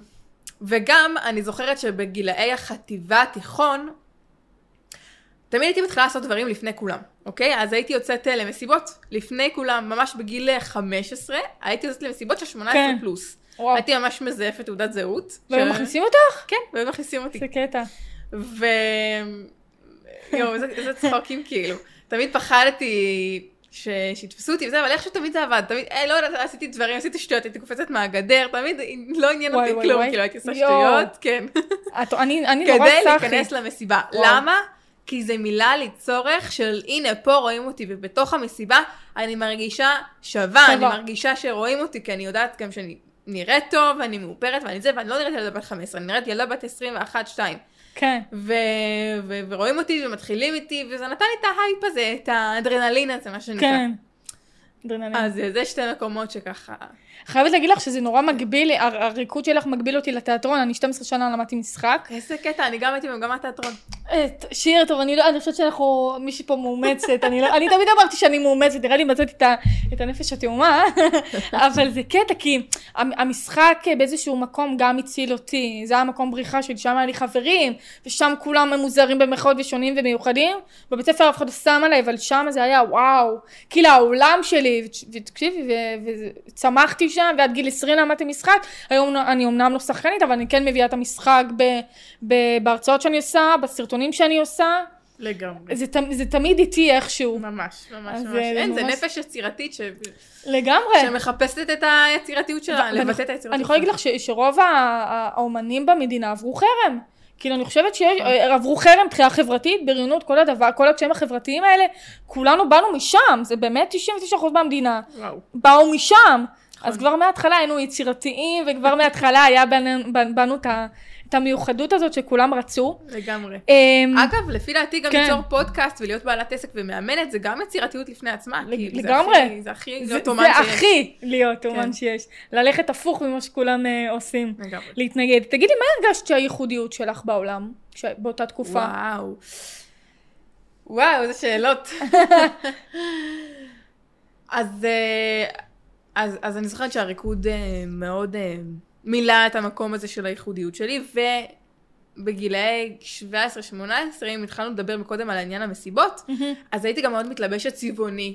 וגם אני זוכרת שבגילאי החטיבה תיכון, תמיד הייתי מתחילה לעשות דברים לפני כולם, אוקיי? אז הייתי יוצאת אה, למסיבות לפני כולם, ממש בגיל אה, 15, הייתי יוצאת למסיבות של 18 כן. פלוס. וואו. הייתי ממש מזייפת תעודת זהות. והיו ש- מכניסים אותך? כן, והיו מכניסים אותי. זה קטע. ו... יואו, איזה- איזה צחוקים כאילו. תמיד פחדתי ש... שיתפסו אותי וזה, אבל איכשהו תמיד זה עבד. תמיד, אה, לא יודעת, עשיתי דברים, עשיתי שטויות, הייתי קופצת מהגדר, תמיד לא עניין וואי, אותי וואי, כלום, וואי. כאילו הייתי עושה יואו. שטויות, כן. את- אני אני נורא כדי סאחי. להיכנס למסיבה. וואו. למה? כי זה מילא לי צורך של הנה פה רואים אותי, ובתוך המסיבה אני מרגישה שווה, שווה. אני מרגישה שרואים אותי, כי אני יודעת גם שאני נראית טוב, אני מאופרת ואני זה, ואני לא נראית ילדה בת 15, אני נראית ילדה בת 21-2. כן. ו- ו- ורואים אותי ומתחילים איתי, וזה נתן לי את ההייפ הזה, את האדרנלין הזה, מה שנקרא. כן. אדרנלין. אוקיי. אז זה שתי מקומות שככה... חייבת להגיד לך שזה נורא מגביל, הר- הריקוד שלך מגביל אותי לתיאטרון, אני 12 שנה למדתי משחק. איזה קטע, אני גם הייתי במגמת תיאטרון. אה, ת- שיר, טוב, אני לא, אני חושבת שאנחנו, מישהי פה מאומצת, אני, לא, אני תמיד אמרתי שאני מאומצת, נראה לי מצאתי את, ה- את הנפש התאומה, אבל זה קטע, כי המ- המשחק אה, באיזשהו מקום גם הציל אותי, זה היה מקום בריחה שלי, שם היה לי חברים, ושם כולם מוזרים במחאות ושונים ומיוחדים, בבית ספר אף אחד לא שם עליי, אבל שם זה היה וואו, כאילו העולם שלי, ות- ותקשיבי, ו- וצמחתי שם, ועד גיל 20 למדתי משחק, היום אני אמנם לא שחקנית, אבל אני כן מביאה את המשחק ב, ב, בהרצאות שאני עושה, בסרטונים שאני עושה, לגמרי. זה, ת- זה תמיד איתי איכשהו. ממש, ממש, אז אה, ממש. זה אין, זה ממש- נפש יצירתית ש- לגמרי. שמחפשת את היצירתיות שלה, ואני- לבטא את היצירתיות שלה. אני יכולה להגיד לך ש- שרוב ה- ה- האומנים במדינה עברו חרם. כאילו אני חושבת שעברו חרם, דחייה חברתית, בריונות, כל הדבר, כל הקשיים החברתיים האלה, כולנו באנו משם, זה באמת 99% מהמדינה, וואו. באו משם. אז כבר מההתחלה היינו יצירתיים, וכבר מההתחלה היה בנו- בנו את ה- את המיוחדות הזאת שכולם רצו. לגמרי. אמ, אגב, לפי דעתי גם כן. ליצור פודקאסט ולהיות בעלת עסק ומאמנת זה גם יצירתיות לפני עצמה. לג- כאילו, זה לגמרי. הכי- זה הכי זה להיות אומן זה שיש. הכי להיות אומן כן. שיש. ללכת הפוך ממה שכולם אה, עושים. לגמרי. להתנגד. תגידי, מה הרגשת שהייחודיות שלך בעולם, ש- באותה תקופה? וואו. וואו, איזה שאלות. אז, אה, אז, אז אני זוכרת שהריקוד אה, מאוד אה, מילא את המקום הזה של הייחודיות שלי, ובגילאי 17-18, אם התחלנו לדבר מקודם על עניין המסיבות, מהמם. אז הייתי גם מאוד מתלבשת צבעוני.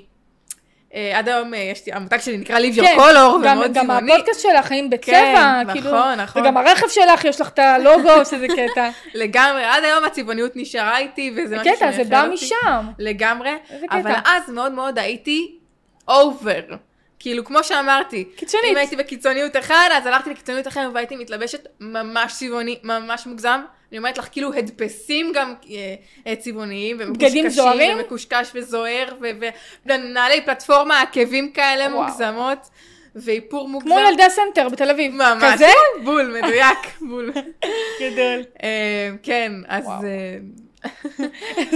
אה, עד היום אה, יש לי, המותג שלי נקרא Live Your כן, Color, גם- ומאוד גם צבעוני. הפודקאסט שלך, חיים בצבע, כן, כאילו, נכון, נכון. וגם הרכב שלך, יש לך את הלוגו, שזה קטע. לגמרי, עד היום הצבעוניות נשארה איתי, וזה זה משהו קטע, זה שמייחד בא אותי. משם. לגמרי, איזה קטע. אבל אז מאוד מאוד הייתי אובר. כאילו, כמו שאמרתי, קיצונית. אם הייתי בקיצוניות אחד, אז הלכתי לקיצוניות אחרת והייתי מתלבשת ממש צבעוני, ממש מוגזם. אני אומרת לך, כאילו, הדפסים גם אה, אה, צבעוניים, בגדים זוהרים? ומקושקש וזוהר, ונעלי פלטפורמה, עקבים כאלה וואו. מוגזמות, ואיפור מוגזם. כמו ילדי הסנטר בתל אביב. ממש. כזה? בול, מדויק, בול. גדול. אה, כן, אז... וואו. אה,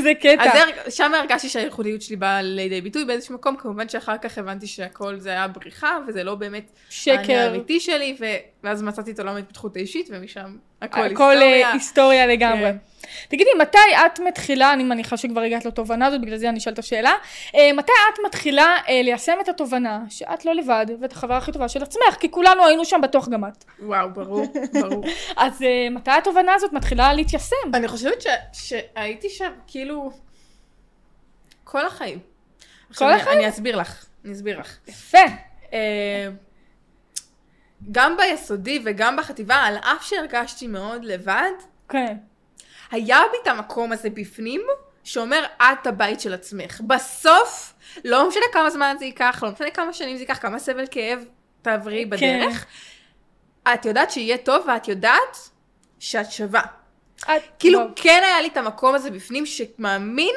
זה קטע. אז הר- שם הרגשתי שהייחודיות שלי באה לידי ביטוי באיזשהו מקום, כמובן שאחר כך הבנתי שהכל זה היה בריחה, וזה לא באמת אני שקר. האמיתי שלי, ו... ואז מצאתי את עולם ההתפתחות האישית, ומשם הכל הכל היסטוריה. אה, היסטוריה לגמרי. כן. תגידי, מתי את מתחילה, אני מניחה שכבר הגעת לתובנה הזאת, בגלל זה אני אשאל את השאלה, אה, מתי את מתחילה אה, ליישם את התובנה שאת לא לבד ואת החברה הכי טובה של עצמך, כי כולנו היינו שם בטוח גם את. וואו, ברור, ברור. אז אה, מתי התובנה הזאת מתחילה להתיישם? אני חושבת ש... שהייתי שם, כאילו, כל החיים. עכשיו, אני- החיים? אני אסביר לך, אני אסביר לך. יפה. אה, גם ביסודי וגם בחטיבה, על אף שהרגשתי מאוד לבד, כן. היה בי את המקום הזה בפנים, שאומר, את הבית של עצמך. בסוף, לא משנה כמה זמן זה ייקח, לא משנה כמה שנים זה ייקח, כמה סבל כאב תעברי כן. בדרך, את יודעת שיהיה טוב ואת יודעת שאת שווה. את, כאילו, וואו, כן היה לי את המקום הזה בפנים שמאמין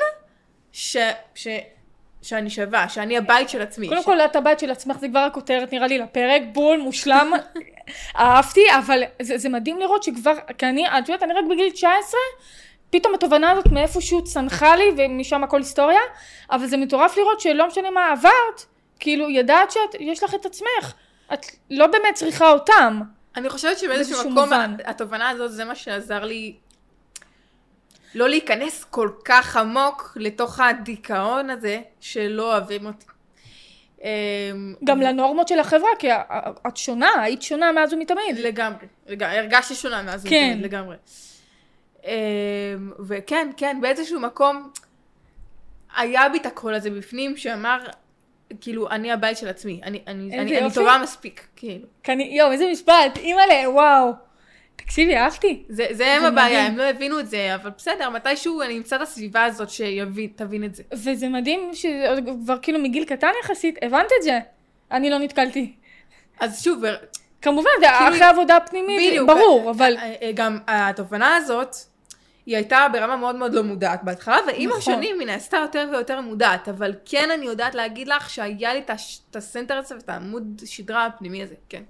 ש... ש... שאני שווה, שאני הבית של עצמי. קודם ש- כל, את הבית של עצמך, זה כבר הכותרת נראה לי לפרק, בול, מושלם, אהבתי, אבל זה, זה מדהים לראות שכבר, כי אני, את יודעת, אני רק בגיל 19, פתאום התובנה הזאת מאיפשהו צנחה לי, ומשם הכל היסטוריה, אבל זה מטורף לראות שלא משנה מה עברת, כאילו, ידעת שיש לך את עצמך, את לא באמת צריכה אותם. אני חושבת שבאיזשהו באיזשהו מקום מובן. התובנה הזאת זה מה שעזר לי לא להיכנס כל כך עמוק לתוך הדיכאון הזה שלא אוהבים אותי. אמ, גם לנורמות של החברה, כי ה- ה- את שונה, היית שונה מאז ומתמיד. לגמרי, לגמרי, הרגשתי שונה מאז כן. ומתמיד, לגמרי. אמ, וכן, כן, באיזשהו מקום היה בי את הקול הזה בפנים שאמר, כאילו, אני הבית של עצמי, אני, אני, איזה אני, אני יופי. טובה מספיק, כאילו. כני, יואו, איזה משפט, אימא'לה, וואו. תקשיבי, אהבתי. זה, זה הם הבעיה, מדהים. הם לא הבינו את זה, אבל בסדר, מתישהו אני אמצא את הסביבה הזאת שתבין את זה. וזה מדהים שכבר כאילו מגיל קטן יחסית, הבנת את זה. אני לא נתקלתי. אז שוב, אה, ו- כמובן, זה כאילו- אחרי עבודה פנימית, ברור, א- אבל א- גם התובנה אה, הזאת, היא היא הייתה ברמה מאוד מאוד לא מודעת בהתחלה, ועם נכון. השנים היא נעשתה יותר ויותר מודעת, אבל כן אני יודעת להגיד לך שהיה לי את הש- את הסנטר הזה ואת העמוד שדרה הפנימי הזה, כן.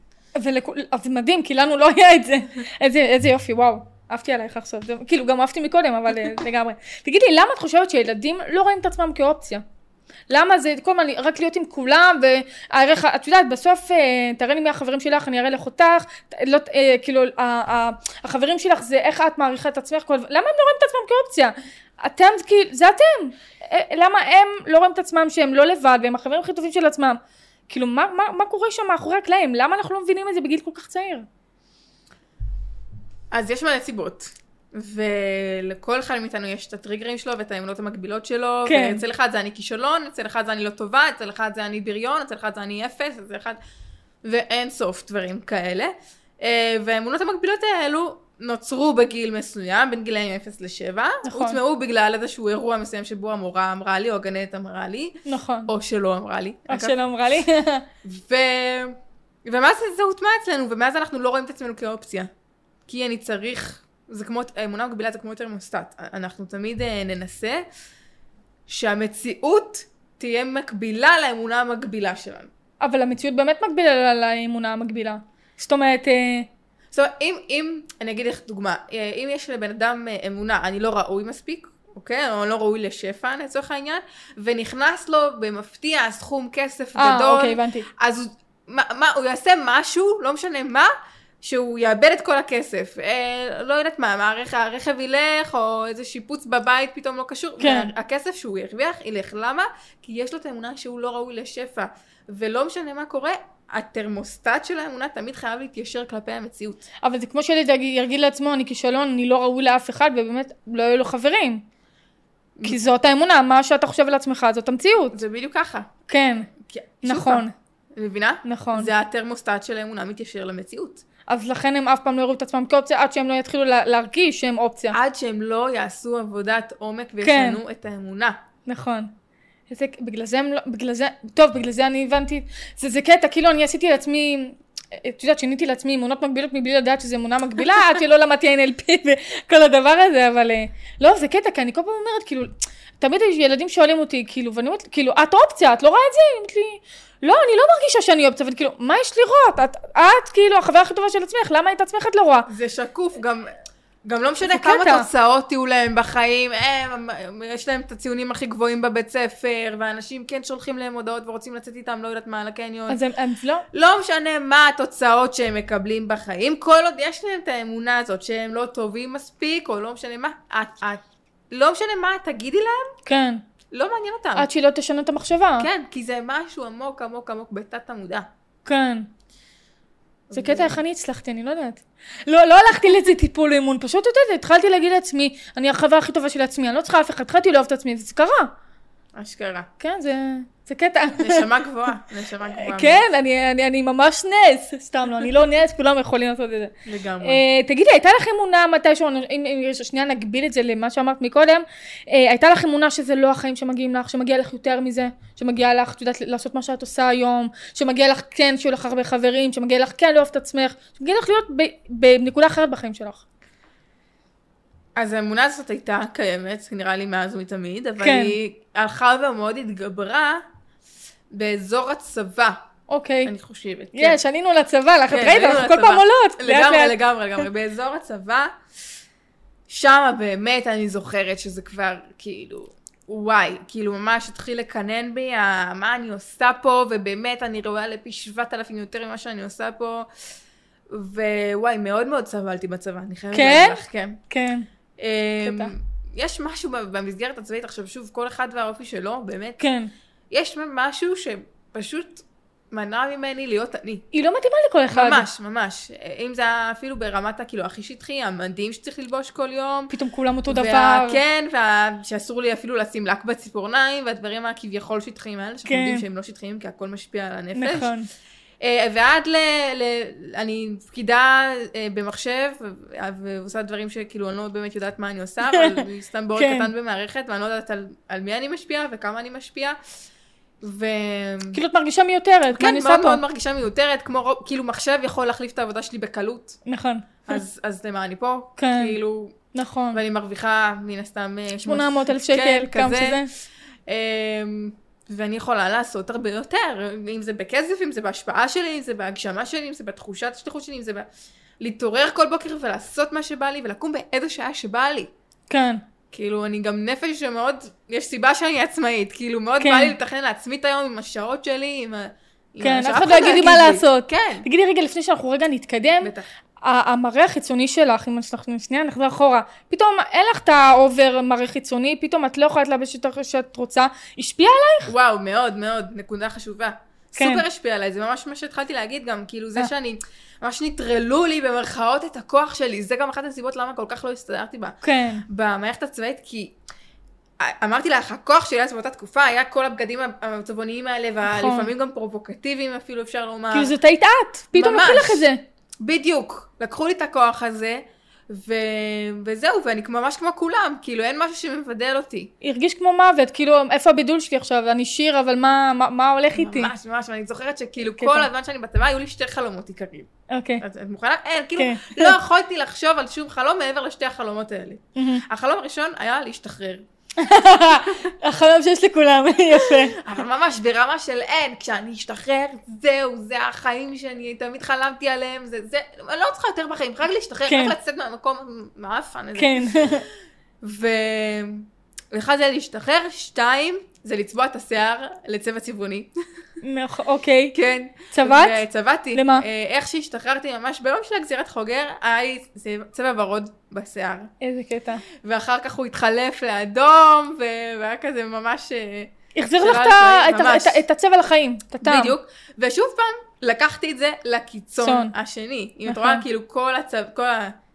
ולכו- אז מדהים, כי לנו לא היה את זה. איזה, איזה יופי, וואו. עפתי עלייך עכשיו, זה, כאילו גם עפתי מקודם, אבל אה, לגמרי. תגידי, למה את חושבת שילדים לא רואים את עצמם כאופציה? למה זה כל הזמן רק להיות עם כולם, והערך, את יודעת, בסוף אה, תראה לי מי החברים שלך, אני אראה לך אותך, ת- לא, ת- אה, כאילו, ה- ה- החברים שלך זה איך את מעריכה את עצמך, כל, למה הם לא רואים את עצמם כאופציה? אתם, כאילו, זה אתם. אה, למה הם לא רואים את עצמם שהם לא לבד, והם החברים הכי טובים של עצמם? כאילו, מה, מה, מה קורה שם מאחורי הקלעים? למה אנחנו לא מבינים את זה בגיל כל כך צעיר? אז יש מלא סיבות. ולכל אחד מאיתנו יש את הטריגרים שלו ואת האמונות המקבילות שלו. כן. אצל אחד זה אני כישלון, אצל אחד זה אני לא טובה, אצל אחד זה אני בריון, אצל אחד זה אני אפס, אצל אחד... ואין סוף דברים כאלה. אה, והאמונות המקבילות האלו נוצרו בגיל מסוים, בין גילאים 0 ל-7. נכון. הוטמעו בגלל איזשהו אירוע מסוים שבו המורה אמרה לי, או הגננת אמרה לי, נכון. או שלא אמרה לי. או אגב. שלא אמרה לי. ו... ומאז זה הוטמע אצלנו, ומאז אנחנו לא רואים את עצמנו כאופציה. כי אני צריך, זה כמו, האמונה המקבילה זה כמו תרמוסטט. אנחנו תמיד אה, ננסה שהמציאות תהיה מקבילה לאמונה המקבילה שלנו. אבל המציאות באמת מגבילה על האמונה המגבילה. זאת אומרת, אה, זאת אומרת, אם, אם, אני אגיד לך דוגמה, אה, אם יש לבן אדם אה, אמונה, אני לא ראוי מספיק, אוקיי? או לא ראוי לשפע לצורך העניין, ונכנס לו במפתיע סכום כסף אה, גדול. אוקיי, הבנתי. אז הוא- מה, מה, הוא יעשה משהו, לא משנה מה, שהוא יאבד את כל הכסף. אה, לא יודעת מה, מה הרכב, הרכב ילך, או איזה שיפוץ בבית פתאום לא קשור. כן. הכסף שהוא ירוויח ילך. למה? כי יש לו את האמונה שהוא לא ראוי לשפע. ולא משנה מה קורה, התרמוסטט של האמונה תמיד חייב להתיישר כלפי המציאות. אבל זה כמו שילד יגיד- ירגיל לעצמו, אני כישלון, אני לא ראוי לאף אחד, ובאמת לא יהיו לו חברים. כי זאת האמונה, מה שאתה חושב על עצמך זאת המציאות. זה בדיוק ככה. כן, כי- שוב נכון, פעם, מבינה? נכון. זה התרמוסטט של האמונה מתיישר למציאות. אז לכן הם אף פעם לא יראו את עצמם כאופציה, עד שהם לא יתחילו לה- להרגיש שהם אופציה. עד שהם לא יעשו עבודת עומק כן. וישנו את האמונה. נכון. איזה, בגלל זה הם לא, בגלל זה, טוב, בגלל זה אני הבנתי, זה, זה קטע, כאילו אני עשיתי לעצמי, את יודעת, שיניתי לעצמי אמונות מקבילות מבלי לדעת שזה אמונה מקבילה, עד שלא למדתי NLP וכל הדבר הזה, אבל אה, לא, זה קטע, כי אני כל פעם אומרת, כאילו, תמיד יש ילדים שואלים אותי, כאילו, ואני אומרת, כאילו, את אופציה, את לא רואה את זה? היא אומרת לי, לא, אני לא מרגישה שאני אופציה, אבל כאילו, מה יש לראות? את, את כאילו, החברה הכי טובה של עצמך, למה את עצמך את לא רואה? זה שקוף, גם, גם לא משנה זה כמה קטע. תוצאות יהיו להם בחיים, הם, הם- יש להם את הציונים הכי גבוהים בבית ספר, ואנשים כן שולחים להם הודעות ורוצים לצאת איתם, לא יודעת מה, לקניון. אז הם, הם לא, לא משנה מה התוצאות שהם מקבלים בחיים, כל עוד יש להם את האמונה הזאת שהם לא טובים מספיק, או לא משנה מה, את, את, לא משנה מה את תגידי להם, כן, לא מעניין אותם. עד שהיא לא תשנה את המחשבה. כן, כי זה משהו עמוק עמוק עמוק בתת המודע. כן. זה קטע איך אני הצלחתי, אני לא יודעת. לא, לא הלכתי לאיזה טיפול אימון, פשוט את יודעת, התחלתי להגיד לעצמי, אני החברה הכי טובה של עצמי, אני לא צריכה אף אחד, התחלתי לאהוב את עצמי, וזה קרה. אשכרה. כן, זה, זה קטע. נשמה גבוהה, נשמה גבוהה. כן, אני, אני, אני ממש נס, סתם לא, אני לא נס, כולם יכולים לעשות את זה. לגמרי. אה, תגידי, הייתה לך אמונה מתישהו, אם, אם שנייה נגביל את זה למה שאמרת מקודם, אה, הייתה לך אמונה שזה לא החיים שמגיעים לך, שמגיע לך יותר מזה, שמגיע לך, את יודעת, לעשות מה שאת עושה היום, שמגיע לך כן שיהיו לך הרבה חברים, שמגיע לך כן לאהוב את עצמך, שמגיע לך להיות ב- בנקודה אחרת בחיים שלך. אז האמונה הזאת הייתה קיימת, נראה לי מאז ומתמיד, אבל כן. היא הלכה ומאוד התגברה באזור הצבא, אוקיי. אני חושבת. כן. יש, ענינו לצבא, לך, כן, את ראית, עלינו אנחנו כל לצבא. פעם עולות. לאט, לגמרי, לאט. לגמרי, לגמרי. באזור הצבא, שמה באמת אני זוכרת שזה כבר כאילו, וואי, כאילו ממש התחיל לקנן בי ה- מה אני עושה פה, ובאמת אני ראויה לפי 7,000 יותר ממה שאני עושה פה. ווואי, מאוד מאוד סבלתי בצבא, אני חייבת כן? להגיד לך, כן. כן. אמ, קטע. יש משהו ב- במסגרת הצבאית, עכשיו שוב, כל אחד והאופי שלו, באמת, כן. יש משהו שפשוט מנע ממני להיות אני. היא לא מתאימה לכל אחד. ממש, ממש. אם זה היה אפילו ברמת הכאילו הכי שטחי, המדים שצריך ללבוש כל יום. פתאום כולם אותו דבר. וה- כן, וה- שאסור לי אפילו לשים לק בציפורניים, והדברים הכביכול שטחיים האלה, שאנחנו כן. יודעים שהם לא שטחיים, כי הכל משפיע על הנפש. נכון. אה, ועד ל... ל אני פקידה אה, במחשב, ו- ועושה דברים שכאילו אני לא באמת יודעת מה אני עושה, אבל אני סתם בורג כן. קטן במערכת, ואני לא יודעת על, על מי אני משפיעה וכמה אני משפיעה. ו... כאילו את מרגישה מיותרת, מה כן, אני עושה מאוד פה? מאוד מרגישה מיותרת, כמו רוב- כאילו מחשב יכול להחליף את העבודה שלי בקלות. נכון. אז אז למה אני פה? כן. כאילו, נכון. ואני מרוויחה מן הסתם... אה, 800 אלף כן, שקל, כמה כזה. שזה. אמ, ואני יכולה לעשות הרבה יותר, אם זה בכסף, אם זה בהשפעה שלי, אם זה בהגשמה שלי, אם זה בתחושת השליחות שלי, אם זה ב... להתעורר כל בוקר ולעשות מה שבא לי, ולקום באיזו שעה שבא לי. כן. כאילו, אני גם נפש שמאוד, יש סיבה שאני עצמאית, כאילו, מאוד כן. כן. בא לי לתכנן לעצמי את היום עם השעות שלי, עם ה... עם כן, מה שאף אף אחד לא יגיד לי מה יגיד לעשות. כן. כן, תגידי רגע, לפני שאנחנו רגע נתקדם, בטח. ה- המראה החיצוני שלך, אם אנחנו שנייה נחזור אחורה, פתאום אין לך את האובר מראה חיצוני, פתאום את לא יכולה להתלבש יותר שאת רוצה, השפיע עליי? וואו, מאוד מאוד, נקודה חשובה. כן. כן. סופר השפיע עליי, זה ממש מה שהתחלתי להגיד גם, כאילו אה. זה שאני, ממש נטרלו לי במרכאות את הכוח שלי, זה גם אחת הסיבות למה כל כך לא הסתדרתי בה. כן. במערכת הצבאית, כי אמרתי לך, הכוח שלי אז באותה תקופה היה כל הבגדים הצבעוניים האלה, נכון. ולפעמים גם פרובוקטיביים אפילו אפשר לומר. כאילו זאת היית את, פתאום ממש. לקחו לך את זה. בדיוק, לקחו לי את הכוח הזה, ו... וזהו, ואני ממש כמו כולם, כאילו אין משהו שמבדל אותי. הרגיש כמו מוות, כאילו איפה הבידול שלי עכשיו, אני שיר, אבל מה- מה מה הולך איתי? ממש ממש, ואני זוכרת שכאילו קטע. כל הזמן שאני בצבא היו לי שתי חלומות עיקריים. אוקיי. את, את מוכנה? אין, כאילו, כן. לא יכולתי לחשוב על שום חלום מעבר לשתי החלומות האלה. מהמם. החלום הראשון היה להשתחרר. החלום שיש לכולם, יפה. אבל ממש ברמה של אין, כשאני אשתחרר, זהו, זה החיים שאני תמיד חלמתי עליהם, זה, זה, אני לא צריכה יותר בחיים, רק להשתחרר, כן. רק לצאת מהמקום המאפן הזה. כן. ו- אחד זה להשתחרר, שתיים, זה לצבוע את השיער לצבע צבעוני. מאח- אוקיי. כן. צבעת? צבעתי. למה? אה, איך שהשתחררתי ממש ביום של הגזירת חוגר, היה לי צבע- צבע ורוד בשיער. איזה קטע. ואחר כך הוא התחלף לאדום, ו- והיה כזה ממש... אה, החזיר שאלה לך את ה- עצמאית, את ה- את ממש. ה- את הצבע לחיים, את הטעם. בדיוק. ושוב פעם, לקחתי את זה לקיצון צאן. השני. אם את נכון. רואה, כאילו, כל, הצו... כל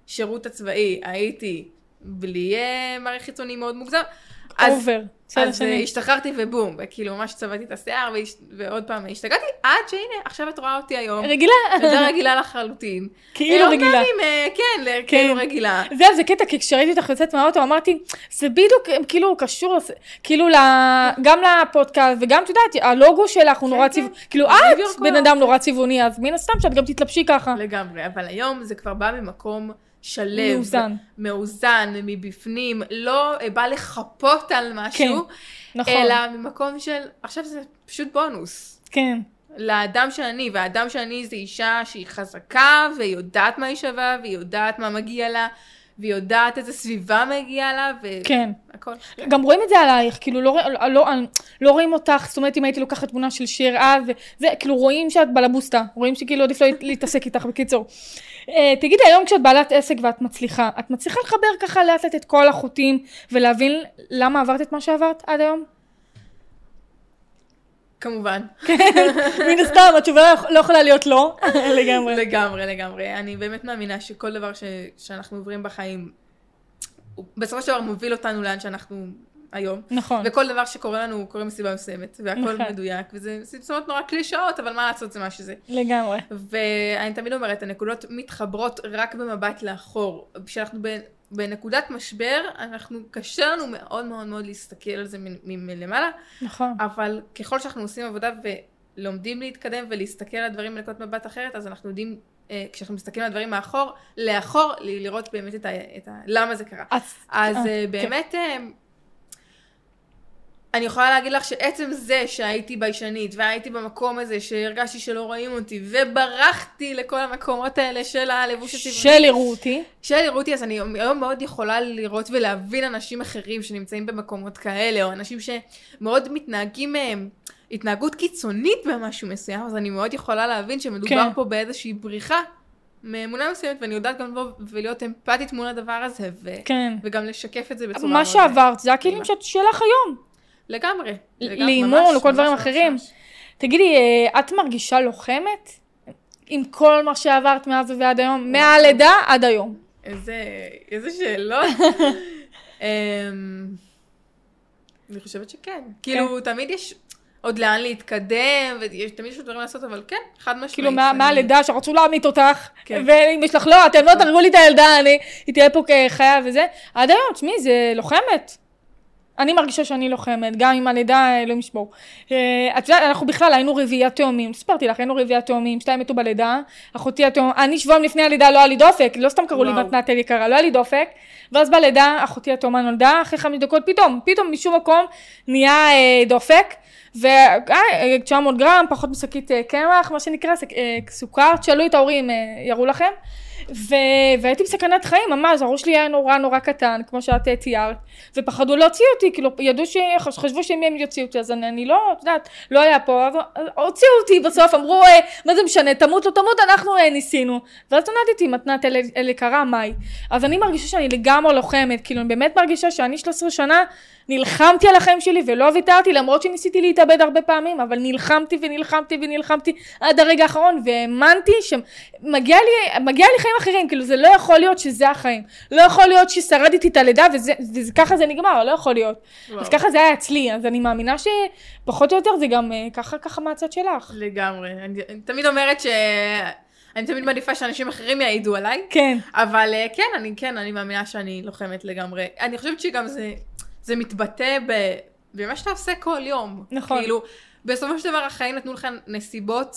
השירות הצבאי הייתי בלי אה, מערכת חיצוני מאוד מוגזם. אז, אובר. צד אז אה, השני. השתחררתי ובום, וכאילו ממש צבעתי את השיער והש... ועוד פעם השתגעתי, עד שהנה, עכשיו את רואה אותי היום. רגילה? ילדה רגילה לחלוטין. כאילו אה, רגילה. אומנם עם, אה, כן, ל- כן. כאילו רגילה. זהו, זה קטע, כי כשראיתי אותך יוצאת מהאוטו, אמרתי, זה בדיוק, אה, כאילו, קשור, לס- כאילו, ל- גם לפודקאסט, וגם, את יודעת, הלוגו שלך הוא כן, נורא כן. צבעוני, כאילו, בדיוק את כמו- בן אדם נורא צבעוני, אז מן הסתם שאת גם תתלבשי ככה. לגמרי, אבל היום זה כבר בא ממקום שלו. מאוזן, מאוזן, מבפנים, לא אה, בא לחפות על משהו, נכון, אלא ממקום של, עכשיו זה פשוט בונוס. כן, לאדם שאני, והאדם שאני זה אישה שהיא חזקה, והיא יודעת מה היא שווה, והיא יודעת מה מגיע לה, והיא יודעת איזה סביבה מגיעה לה, כן. והכל. גם רואים את זה עלייך, כאילו לא, לא, לא, לא רואים אותך, זאת אומרת אם הייתי לוקחת תמונה של שיר אז, זה, כאילו רואים שאת בלבוסטה, רואים שכאילו עדיף לא להתעסק איתך, בקיצור. אה, תגידי, היום כשאת בעלת עסק ואת מצליחה, את מצליחה לחבר ככה לאט לאט את כל החוטים ולהבין למה עברת את מה שעברת עד היום? כמובן. מן הסתם, התשובה לא יכולה להיות לא, לגמרי. לגמרי, לגמרי. אני באמת מאמינה שכל דבר ש... שאנחנו עוברים בחיים, הוא בסופו של דבר מוביל אותנו לאן שאנחנו היום. נכון, וכל דבר שקורה לנו הוא קורה מסיבה מסוימת, והכל נכון. מדויק, וזה סימפסונות נורא קלישאות, אבל מה לעשות זה מה שזה. לגמרי. ואני תמיד אומרת, הנקודות מתחברות רק במבט לאחור. כשאנחנו ב- בנקודת משבר, אנחנו, קשה לנו מאוד מאוד מאוד להסתכל על זה מ- מ- מלמעלה, נכון. אבל ככל שאנחנו עושים עבודה ולומדים להתקדם ולהסתכל על דברים בנקודת מבט אחרת, אז אנחנו יודעים, אה, כשאנחנו מסתכלים על דברים מאחור, לאחור, ל- לראות באמת את ה... את ה למה זה קרה. אז אז אה, אה, באמת, אה, אני יכולה להגיד לך שעצם זה שהייתי ביישנית, והייתי במקום הזה, שהרגשתי שלא רואים אותי, וברחתי לכל המקומות האלה של הלבוש הצבעוני, שלי רותי, של יראותי, אז אני היום מאוד יכולה לראות ולהבין אנשים אחרים שנמצאים במקומות כאלה, או אנשים שמאוד מתנהגים מהם. התנהגות קיצונית במשהו מסוים, אז אני מאוד יכולה להבין שמדובר כן. כן. פה באיזושהי בריחה מאמונה מסוימת, ואני יודעת גם לבוא ולהיות אמפתית מול הדבר הזה, ו... כן. וגם לשקף את זה בצורה מה שעברת זה הכלים מדהימה. שאת- שלך היום. לגמרי. לגמרי, לאימון, ממש, לכל דברים ממש, אחרים. ממש. תגידי, אה, את מרגישה לוחמת? עם כל מה שעברת מאז ועד היום, מהלידה עד היום. איזה, איזה שאלות. אמ, אני חושבת שכן. כן. כאילו, תמיד יש עוד לאן להתקדם, ותמיד יש עוד דברים לעשות, אבל כן, חד משמעית. כאילו מה- אני- מהלידה שרצו להמית אותך, כן. ואם יש לך לא, אתם לא תרגו לי את הילדה, אני, היא תהיה פה כחיה וזה. עד היום, תשמעי, זה לוחמת. אני מרגישה שאני לוחמת, גם אם הלידה, אלוהים ישמור. אה, את יודעת, אנחנו בכלל היינו רביעיית תאומים, סיפרתי לך, היינו רביעיית תאומים, שתיים מתו בלידה, אחותי התאום, אני שבועיים לפני הלידה לא היה לי דופק, לא סתם קראו לי וואו. מתנתל יקרה, לא היה לי דופק, ואז בלידה, אחותי התאומה נולדה, אחרי חמש דקות פתאום, פתאום משום מקום נהיה אה, דופק, ו-900 גרם, פחות משקית אה, קמח, מה שנקרא, סק- אה, סוכר, תשאלו את ההורים, אה, יראו לכם. ו... והייתי בסכנת חיים, ממש, הראש שלי היה נורא נורא קטן, כמו שאת אה, תיארת, ופחדו להוציא אותי, כאילו, ידעו ש... חשבו שאם הם יוציאו אותי, אז אני, אני לא, את יודעת, לא היה פה, אבל הוציאו אותי בסוף, אמרו, "אה, מה זה משנה, תמות לא תמות, אנחנו אה, ניסינו. ואז נולדתי מתנת אל, אל יקרה מאי. אז אני מרגישה שאני לגמרי לוחמת, כאילו, אני באמת מרגישה שאני 13 שנה נלחמתי על החיים שלי ולא ויתרתי, למרות שניסיתי להתאבד הרבה פעמים, אבל נלחמתי ונלחמתי ונלחמתי עד הרגע האחרון, והאמנתי שמגיע לי, מגיע לי חיים אחרים, כאילו זה לא יכול להיות שזה החיים. לא יכול להיות ששרדתי את הלידה וזה- וזה- ככה זה נגמר, לא יכול להיות. אז וואו. ככה זה היה אצלי, אז אני מאמינה שפחות או יותר זה גם אה, ככה ככה מהצד שלך. לגמרי. אני אני תמיד אומרת ש... אני תמיד מעדיפה שאנשים אחרים יעידו עליי, כן. אבל אה, כן, אני כן, אני מאמינה שאני לוחמת לגמרי. אני חושבת שגם זה, זה מתבטא ב, במה שאתה עושה כל יום. נכון. כאילו, בסופו של דבר החיים נתנו לך נסיבות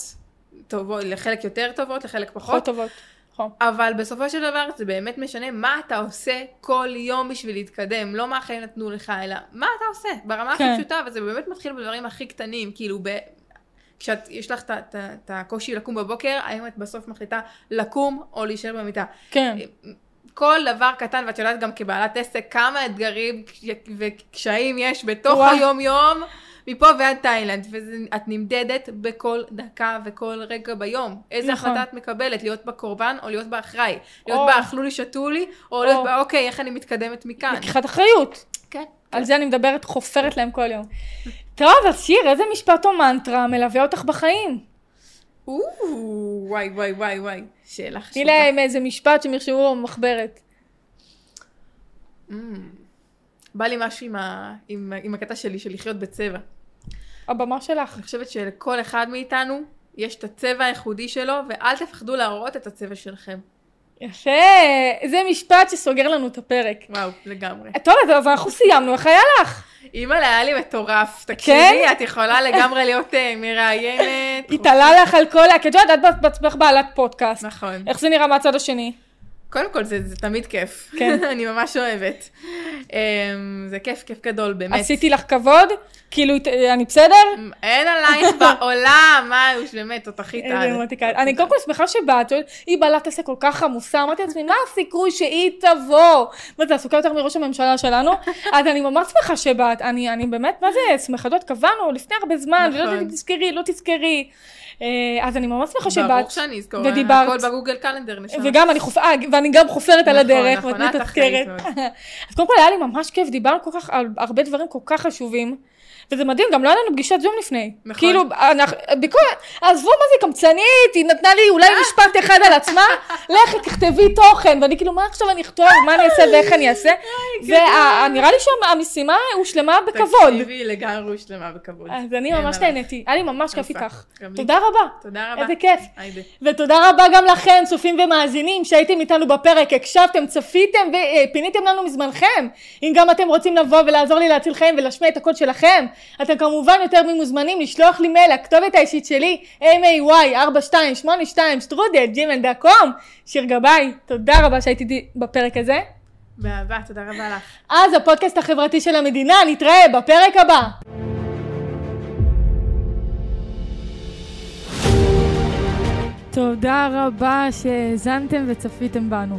טובות, לחלק יותר טובות, לחלק פחות פחות, טובות. נכון. אבל בסופו של דבר זה באמת משנה מה אתה עושה כל יום בשביל להתקדם, לא מה החיים נתנו לך, אלא מה אתה עושה ברמה כן. הכי פשוטה, וזה באמת מתחיל בדברים הכי קטנים, כאילו ב... כשאת, יש לך את ה- את ה- את הקושי לקום בבוקר, האם את בסוף מחליטה לקום או להישאר במיטה. כן. כל דבר קטן, ואת יודעת גם כבעלת עסק כמה אתגרים וקשיים יש בתוך וואי. היום-יום, מפה ועד תאילנד, ואת נמדדת בכל דקה וכל רגע ביום. איזה נכון. החלטה את מקבלת, להיות בקורבן או להיות באחראי? להיות או. באכלו לי, שתו לי, או או. להיות באוקיי, איך אני מתקדמת מכאן? לקיחת אחריות. אה, כן. על זה אני מדברת, חופרת להם כל יום. טוב, אז שיר, איזה משפט או מנטרה מלווה אותך בחיים? או, וואי, וואי, וואי, וואי. שאלה חשובה. תני להם איזה משפט שהם יחשבו במחברת. Mm. בא לי משהו עם ה- עם ה- עם הקטע שלי, של לחיות בצבע. הבמה שלך. אני חושבת שלכל אחד מאיתנו יש את הצבע הייחודי שלו, ואל תפחדו להראות את הצבע שלכם. יפה, זה משפט שסוגר לנו את הפרק. וואו, לגמרי. טוב, אז- אז אנחנו סיימנו, איך היה לך? אימא'לה, היה לי מטורף. כן? תקשיבי, את יכולה לגמרי להיות אה, מראיינת. התעלה לך על כל ה... כי את יודעת, את בעצמך בעלת פודקאסט. נכון. איך זה נראה מהצד השני? קודם כל, זה זה תמיד כיף. כן. אני ממש אוהבת. אמ, זה כיף, כיף גדול, באמת. עשיתי לך כבוד? כאילו, הת- אני בסדר? אין עלייך בעולם, מה, יוש, באמת, תותחית איזה מתיקה. אה, אני קודם כל שמחה שבאת, שואלת, היא בעלת עסק כל כך עמוסה, אמרתי לעצמי, מה הסיכוי שהיא תבוא? מה זה, עסוקה יותר מראש הממשלה שלנו? אז אני ממש שמחה שבאת, אני אני באמת, מה זה, שמחה, את יודעת, קבענו לפני הרבה זמן, ולא נכון. יודעת אם תזכרי, לא תזכרי. אה, אז אני ממש שמחה ברור שבאת. שאני אזכור. אה, ודיברת. הכל בגוגל קלנדר, נשמה. וגם אני חופרת, ואני גם חופרת על נכון, הדרך, נכון, ואת את אחראית מתזכרת. מאוד. אז קודם כל היה לי ממש כיף, דיברנו כל כך על הרבה דברים כל כך חשובים. וזה מדהים, גם לא היה לנו פגישת זום לפני. נכון. כאילו, אנחנו, בכל, עזבו מה זה קמצנית, היא נתנה לי אולי משפט אחד על עצמה, לכי תכתבי תוכן, ואני כאילו, מה עכשיו אני אכתוב, מה אני אעשה ואיך אני אעשה? ונראה לי שהמשימה הושלמה בכבוד. תקשיבי, לגמרי שלמה בכבוד. אז אני אין ממש עלייך. נהניתי, היה לי ממש כיף יפה. איתך. גם לי. תודה רבה. תודה רבה. איזה כיף. היידה. ותודה רבה גם לכם, צופים ומאזינים, שהייתם איתנו בפרק, הקשבתם, צפיתם ופיניתם לנו מזמנכם. אם גם אתם רוצים לבוא ולעזור לי להציל חיים ולהשמיע את הקול שלכם, אתם כמובן יותר ממוזמנים לשלוח לי מייל, הכתובת האישית שלי, may4282 שטרודל, gmail.com, שיר גבאי, תודה רבה שהייתי איתי בפרק הזה. באהבה, תודה רבה לך. אז הפודקאסט החברתי של המדינה, נתראה בפרק הבא. תודה רבה שהאזנתם וצפיתם בנו.